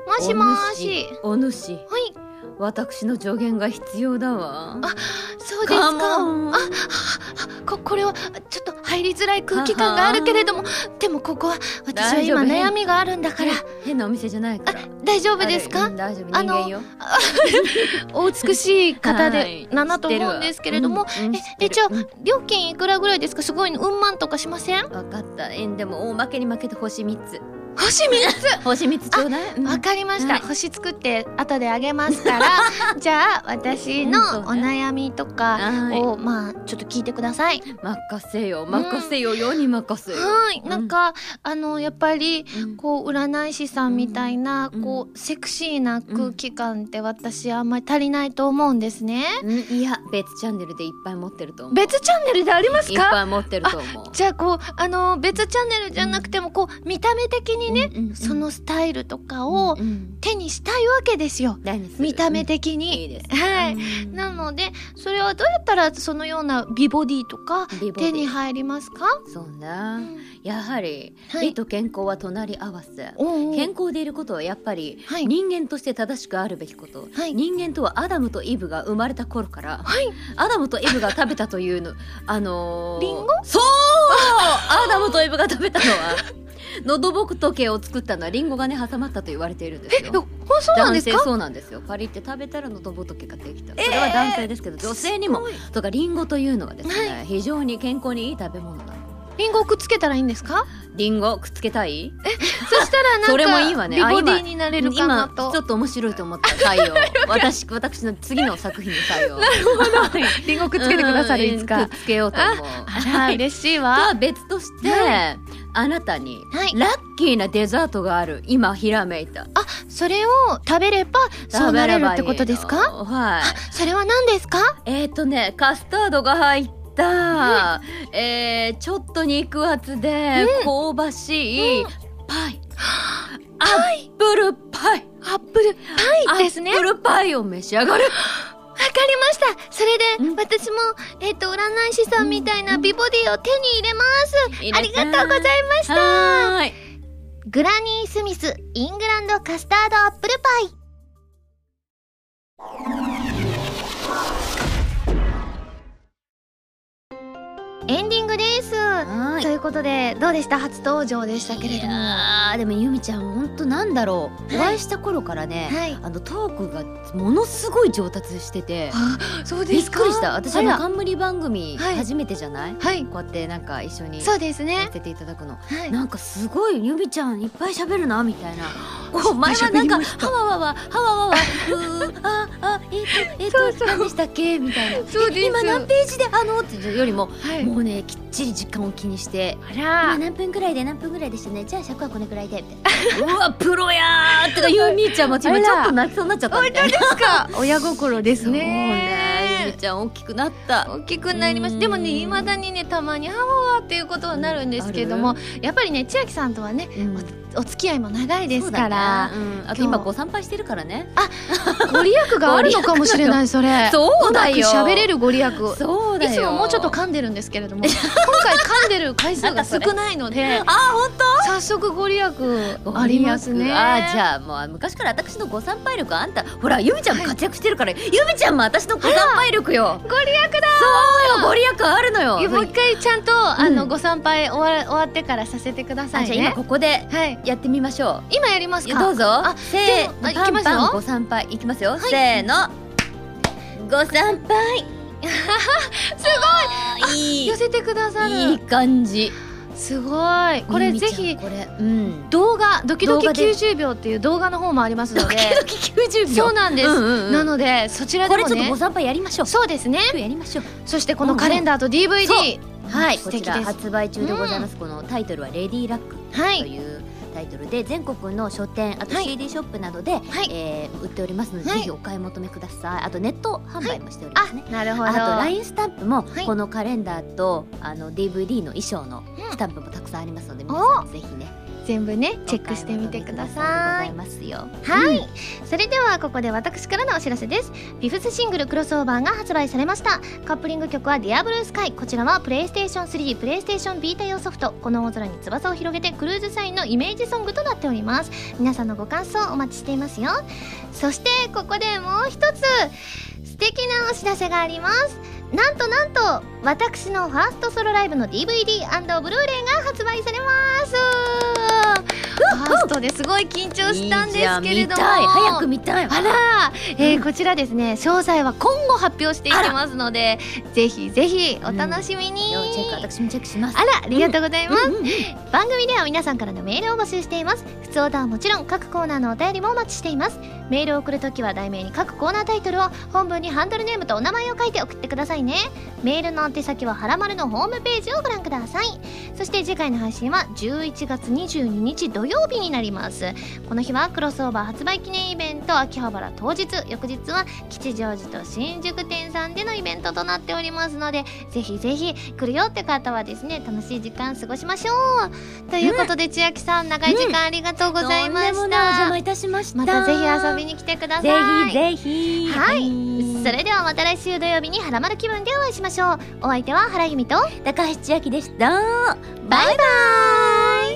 [SPEAKER 1] もしもーし
[SPEAKER 3] お主
[SPEAKER 1] はい
[SPEAKER 3] 私の助言が必要だわ
[SPEAKER 1] そうです
[SPEAKER 3] カ
[SPEAKER 1] か
[SPEAKER 3] モン
[SPEAKER 1] ここれはちょっと入りづらい空気感があるけれどもでもここは私は今
[SPEAKER 3] 大丈夫
[SPEAKER 1] 悩みがあるんだから
[SPEAKER 3] 変なお店じゃないから
[SPEAKER 1] 大丈夫ですか
[SPEAKER 3] あれうん大丈夫人
[SPEAKER 1] あの
[SPEAKER 3] 間よ
[SPEAKER 1] お美しい方
[SPEAKER 3] は
[SPEAKER 1] で
[SPEAKER 3] い
[SPEAKER 1] ななと思うんですけれども、
[SPEAKER 3] 知ってるわうんうん知ってる
[SPEAKER 1] ええじゃあ料金いくらぐらいですかすごいのうんまんとかしません
[SPEAKER 3] 分かった円でも大負けに負けて星3つ
[SPEAKER 1] 星見
[SPEAKER 3] 星3つちょうだいうん
[SPEAKER 1] わかりました、
[SPEAKER 3] はい
[SPEAKER 1] 星作って後であげます からじゃあ私のお悩みとか
[SPEAKER 3] はい
[SPEAKER 1] を、まあちょっと聞いてください
[SPEAKER 3] 任せよ任せよ世に任せよ
[SPEAKER 1] はいなんか、あのやっぱり
[SPEAKER 3] うん
[SPEAKER 1] こう占い師さんみたいな、
[SPEAKER 3] うん
[SPEAKER 1] こうセクシーな空気感って私あんまり足りないと思うんですね、
[SPEAKER 3] うんいや別チャンネルでいっぱい持ってると思う
[SPEAKER 1] 別チャンネルであります
[SPEAKER 3] いっ
[SPEAKER 1] か
[SPEAKER 3] ぱい持ってると思う
[SPEAKER 1] じゃあこうあの別チャンネルじゃなくてもこう見た目的にね、
[SPEAKER 3] うんうんうん
[SPEAKER 1] そのスタイルとかを
[SPEAKER 3] うん
[SPEAKER 1] 手にしたいわけですよ
[SPEAKER 3] 何にする
[SPEAKER 1] 見た目的
[SPEAKER 3] うんい
[SPEAKER 1] に、
[SPEAKER 3] いです
[SPEAKER 1] はい
[SPEAKER 3] うん
[SPEAKER 1] なのでそれはどうやったらそのような美ボディとか
[SPEAKER 3] 美ボディ
[SPEAKER 1] 手に入りますか、
[SPEAKER 3] そうねやはり
[SPEAKER 1] はい
[SPEAKER 3] 美と健康は隣り合わせ
[SPEAKER 1] おうおう
[SPEAKER 3] 健康でいることはやっぱり
[SPEAKER 1] はい
[SPEAKER 3] 人間として正しくあるべきこと、
[SPEAKER 1] はい
[SPEAKER 3] 人間とはアダムとイブが生まれた頃から、
[SPEAKER 1] い
[SPEAKER 3] アダムとイブが食べたというのあのー、
[SPEAKER 1] リンゴ
[SPEAKER 3] そうアダムとイブが食べたのは喉仏を作ったのはリンゴがね挟まったと言われているんです
[SPEAKER 1] え
[SPEAKER 3] よ
[SPEAKER 1] ほそうなんです
[SPEAKER 3] 男性
[SPEAKER 1] か
[SPEAKER 3] そうなんですよパリって食べたら喉仏ができたそれは男性ですけど、女性にもとかリンゴというのはですね、非常に健康にいい食べ物なの
[SPEAKER 1] リンゴをくっつけたらいいんです か
[SPEAKER 3] リンゴくっつけたい
[SPEAKER 1] そしたらなんか
[SPEAKER 3] それもいいわね
[SPEAKER 1] 美
[SPEAKER 3] あ
[SPEAKER 1] ボデ
[SPEAKER 3] 今
[SPEAKER 1] ィになれるかな
[SPEAKER 3] 今
[SPEAKER 1] と
[SPEAKER 3] ちょっと面白いと思った 採用私私の次の作品に採用なる ほど
[SPEAKER 1] リンゴくっつけてくださる
[SPEAKER 3] うん
[SPEAKER 1] いつか
[SPEAKER 3] くっつけようと思う
[SPEAKER 1] あら嬉しい
[SPEAKER 3] と
[SPEAKER 1] わ
[SPEAKER 3] は別として、あなたに
[SPEAKER 1] はい
[SPEAKER 3] ラッキーなデザートがある今ひらめいた
[SPEAKER 1] それを食べればそうなれるってことですか
[SPEAKER 3] 食べればいいのはい
[SPEAKER 1] それは何ですか
[SPEAKER 3] えっ、とねカスタードが入った、えーちょっと肉厚で香ばしい、パイアップルパイ
[SPEAKER 1] アップルパイですね
[SPEAKER 3] アップルパイを召し上 が
[SPEAKER 1] わか
[SPEAKER 3] れ
[SPEAKER 1] りましたそれで
[SPEAKER 3] うん
[SPEAKER 1] 私も、えっと占い師さんみたいな美ボディを手に入れますありがとうござい
[SPEAKER 3] い
[SPEAKER 1] ま
[SPEAKER 3] ま
[SPEAKER 1] し
[SPEAKER 3] したはーい
[SPEAKER 4] グラニー・スミスイングランドカスタードアップルパイ
[SPEAKER 1] エンディングです
[SPEAKER 3] は
[SPEAKER 1] ということでどうでした初登場でしたけれどもは
[SPEAKER 3] あーでもゆみちゃん本当なんだろうお会いした頃からね、
[SPEAKER 1] い
[SPEAKER 3] あのトークがものすごい上達してて
[SPEAKER 1] そう
[SPEAKER 3] びっくりした私あの
[SPEAKER 1] は
[SPEAKER 3] 冠番組
[SPEAKER 1] はい
[SPEAKER 3] 初めてじゃない、
[SPEAKER 1] い
[SPEAKER 3] こうやってなんか一緒に
[SPEAKER 1] そうです
[SPEAKER 3] や
[SPEAKER 1] ね
[SPEAKER 3] らせていただくの、
[SPEAKER 1] はい
[SPEAKER 3] なんかすごいゆみちゃんいっぱい喋るなみたいなこう前はなんかはわわわはわわわうーああえっ、と
[SPEAKER 1] そ
[SPEAKER 3] えっ、
[SPEAKER 1] うそ
[SPEAKER 3] と
[SPEAKER 1] う
[SPEAKER 3] 何でしたっけみたいな
[SPEAKER 1] そうです
[SPEAKER 3] 今何ページであのっていうよりも
[SPEAKER 1] はい
[SPEAKER 3] もうねきっちり時間を気にして今
[SPEAKER 1] あら
[SPEAKER 3] 何分くらいで何分くらいでしたねじゃあ尺はこれくらいで みたいなうわプロやーってかゆみちゃんも今ちょ
[SPEAKER 1] あら
[SPEAKER 3] っと泣きそうになっちゃったみたいな
[SPEAKER 1] です か親心です
[SPEAKER 3] そうねゆみ
[SPEAKER 1] ね
[SPEAKER 3] ちゃん大きくなった
[SPEAKER 1] 大きくなりまし
[SPEAKER 3] う
[SPEAKER 1] た
[SPEAKER 3] ん
[SPEAKER 1] でもねいまだにねたまに「はわわ」っていうことはなるんですけれど
[SPEAKER 3] あ
[SPEAKER 1] もやっぱりね千秋さんとはね
[SPEAKER 3] うん
[SPEAKER 1] お付き合いも長いで
[SPEAKER 3] そ
[SPEAKER 1] す
[SPEAKER 3] うだ
[SPEAKER 1] か
[SPEAKER 3] な
[SPEAKER 1] ら
[SPEAKER 3] うん
[SPEAKER 1] 今
[SPEAKER 3] あと
[SPEAKER 1] 日
[SPEAKER 3] 今ご参拝してるからね
[SPEAKER 1] ご利益があるのかもしれないそれ
[SPEAKER 3] そうだよ
[SPEAKER 1] まく喋れるご利益
[SPEAKER 3] そうだよ
[SPEAKER 1] いつももうちょっと噛んでるんですけれど も今回噛んでる回数が少ないので
[SPEAKER 3] あ本
[SPEAKER 1] 早速ご利益
[SPEAKER 3] 当
[SPEAKER 1] ありますね
[SPEAKER 3] あじゃあもう昔から私のご参拝力あんたほらゆみちゃんも活躍してるから、ゆみちゃんも私のご参拝力よ
[SPEAKER 1] ご利益だ
[SPEAKER 3] そうよご利益あるのよ
[SPEAKER 1] いやもう一回ちゃんと、あの
[SPEAKER 3] うん
[SPEAKER 1] ご参拝終わ終わってからさせてくださ
[SPEAKER 3] あ
[SPEAKER 1] い
[SPEAKER 3] じゃあ今
[SPEAKER 1] ね
[SPEAKER 3] ここで
[SPEAKER 1] はい
[SPEAKER 3] やってみましょう
[SPEAKER 1] 今やりますか
[SPEAKER 3] どうぞ
[SPEAKER 1] あ
[SPEAKER 3] せ
[SPEAKER 1] で
[SPEAKER 3] ー
[SPEAKER 1] も
[SPEAKER 3] の
[SPEAKER 1] あい
[SPEAKER 3] パ
[SPEAKER 1] きま
[SPEAKER 3] ン
[SPEAKER 1] すよ
[SPEAKER 3] パンご参拝いきますよ、せーのご参 拝
[SPEAKER 1] すご
[SPEAKER 3] い
[SPEAKER 1] い寄せてくださる
[SPEAKER 3] いい感じ
[SPEAKER 1] すごいこれ
[SPEAKER 3] ゆみ
[SPEAKER 1] ぜ
[SPEAKER 3] ちゃん
[SPEAKER 1] ひ
[SPEAKER 3] これうん
[SPEAKER 1] 動画ドキドキ
[SPEAKER 3] 動画で
[SPEAKER 1] 90秒っていう動画の方もありますので
[SPEAKER 3] 90
[SPEAKER 1] そうなんです、
[SPEAKER 3] うんうんうん
[SPEAKER 1] なのでそちらで
[SPEAKER 3] こ
[SPEAKER 1] も
[SPEAKER 3] れ
[SPEAKER 1] ね
[SPEAKER 3] ちょっとご参拝やりましょう
[SPEAKER 1] そうですね
[SPEAKER 3] やりましょう
[SPEAKER 1] そしてこのカレンダーと DVD、
[SPEAKER 3] そ
[SPEAKER 1] は
[SPEAKER 3] はいい
[SPEAKER 1] 素
[SPEAKER 3] こ
[SPEAKER 1] 敵
[SPEAKER 3] ち
[SPEAKER 1] です
[SPEAKER 3] ら発売中でございます、このタイトルは「レディーラック」
[SPEAKER 1] は
[SPEAKER 3] と
[SPEAKER 1] い
[SPEAKER 3] いうタイトルで全国の書店あと
[SPEAKER 1] はい
[SPEAKER 3] CD ショップなどで、
[SPEAKER 1] い
[SPEAKER 3] えー売っておりますので、
[SPEAKER 1] はい
[SPEAKER 3] ぜひお買い求めくださいあとネット販売もしておりま
[SPEAKER 1] あ
[SPEAKER 3] すね、
[SPEAKER 1] なるほど
[SPEAKER 3] あと LINE スタンプも
[SPEAKER 1] はい
[SPEAKER 3] このカレンダーとあの DVD の衣装のスタンプもたくさんありますので皆さんぜひね
[SPEAKER 1] 全部ねチェックしてみてください
[SPEAKER 3] お買い物でございますよ
[SPEAKER 4] はい、それではここで私からのお知らせですビフスシングルクロスオーバーが発売されましたカップリング曲は「ディアブルースカイこちらはプレイステーション3プレイステーションビータ用ソフト「この大空に翼を広げてクルーズサイン」のイメージソングとなっております皆さんのご感想お待ちしていますよそしてここでもう一つ素敵なお知らせがありますなんとなんと私のファーストソロライブの DVD& ブルーレイが発売されます
[SPEAKER 1] ファーストですごい緊張したんですけれども
[SPEAKER 3] いいじゃん見たい早く見たいわ
[SPEAKER 1] あら、えーこちらですね詳細は今後発表していきますのでぜひぜひお楽しみに、
[SPEAKER 3] 要チェック私もチェックします
[SPEAKER 1] あらありがとうございます、
[SPEAKER 4] 番組では皆さんからのメールを募集しています普通歌はもちろん各コーナーのお便りもお待ちしていますメールを送るときは題名に各コーナータイトルを本文にハンドルネームとお名前を書いて送ってくださいねメールの宛先ははらまるのホームページをご覧くださいそして次回の配信は11月22日土曜日になりますこの日はクロスオーバー発売記念イベント秋葉原当日翌日は吉祥寺と新宿店さんでのイベントとなっておりますのでぜひぜひ来るよって方はですね楽しい時間過ごしましょうということで、千秋さん長い時間ありがとうございました、
[SPEAKER 3] とんでもないお邪魔いたしました
[SPEAKER 4] またぜひ遊びに来てください
[SPEAKER 3] ぜひぜひ
[SPEAKER 4] はいそれではまた来週土曜日に「はらまる気分」でお会いしましょうお相手は原由美と
[SPEAKER 3] 高橋千明でしたバイバイ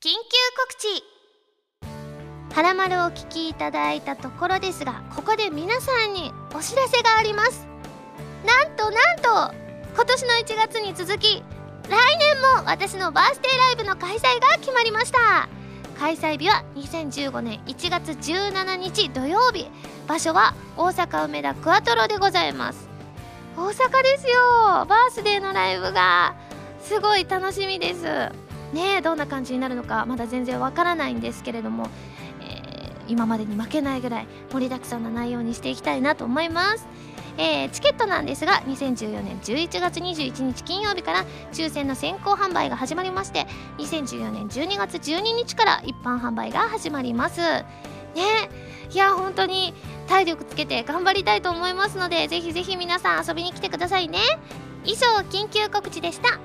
[SPEAKER 4] 緊急告知はらまるをお聞きいただいたところですがここで皆さんにお知らせがありますなんとなんと今年の1月に続き来年も私のバースデーライブの開催が決まりました開催日は2015年1月17日土曜日場所は大阪梅田クアトロでございます大阪ですよバースデーのライブがすごい楽しみですねえどんな感じになるのかまだ全然わからないんですけれども、えー今までに負けないぐらい盛りだくさんな内容にしていきたいなと思います、えーチケットなんですが2014年11月21日金曜日から抽選の先行販売が始まりまして2014年12月12日から一般販売が始まりますねえいや本当に体力つけて頑張りたいと思いますのでぜひぜひ皆さん遊びに来てくださいね以上緊急告知でした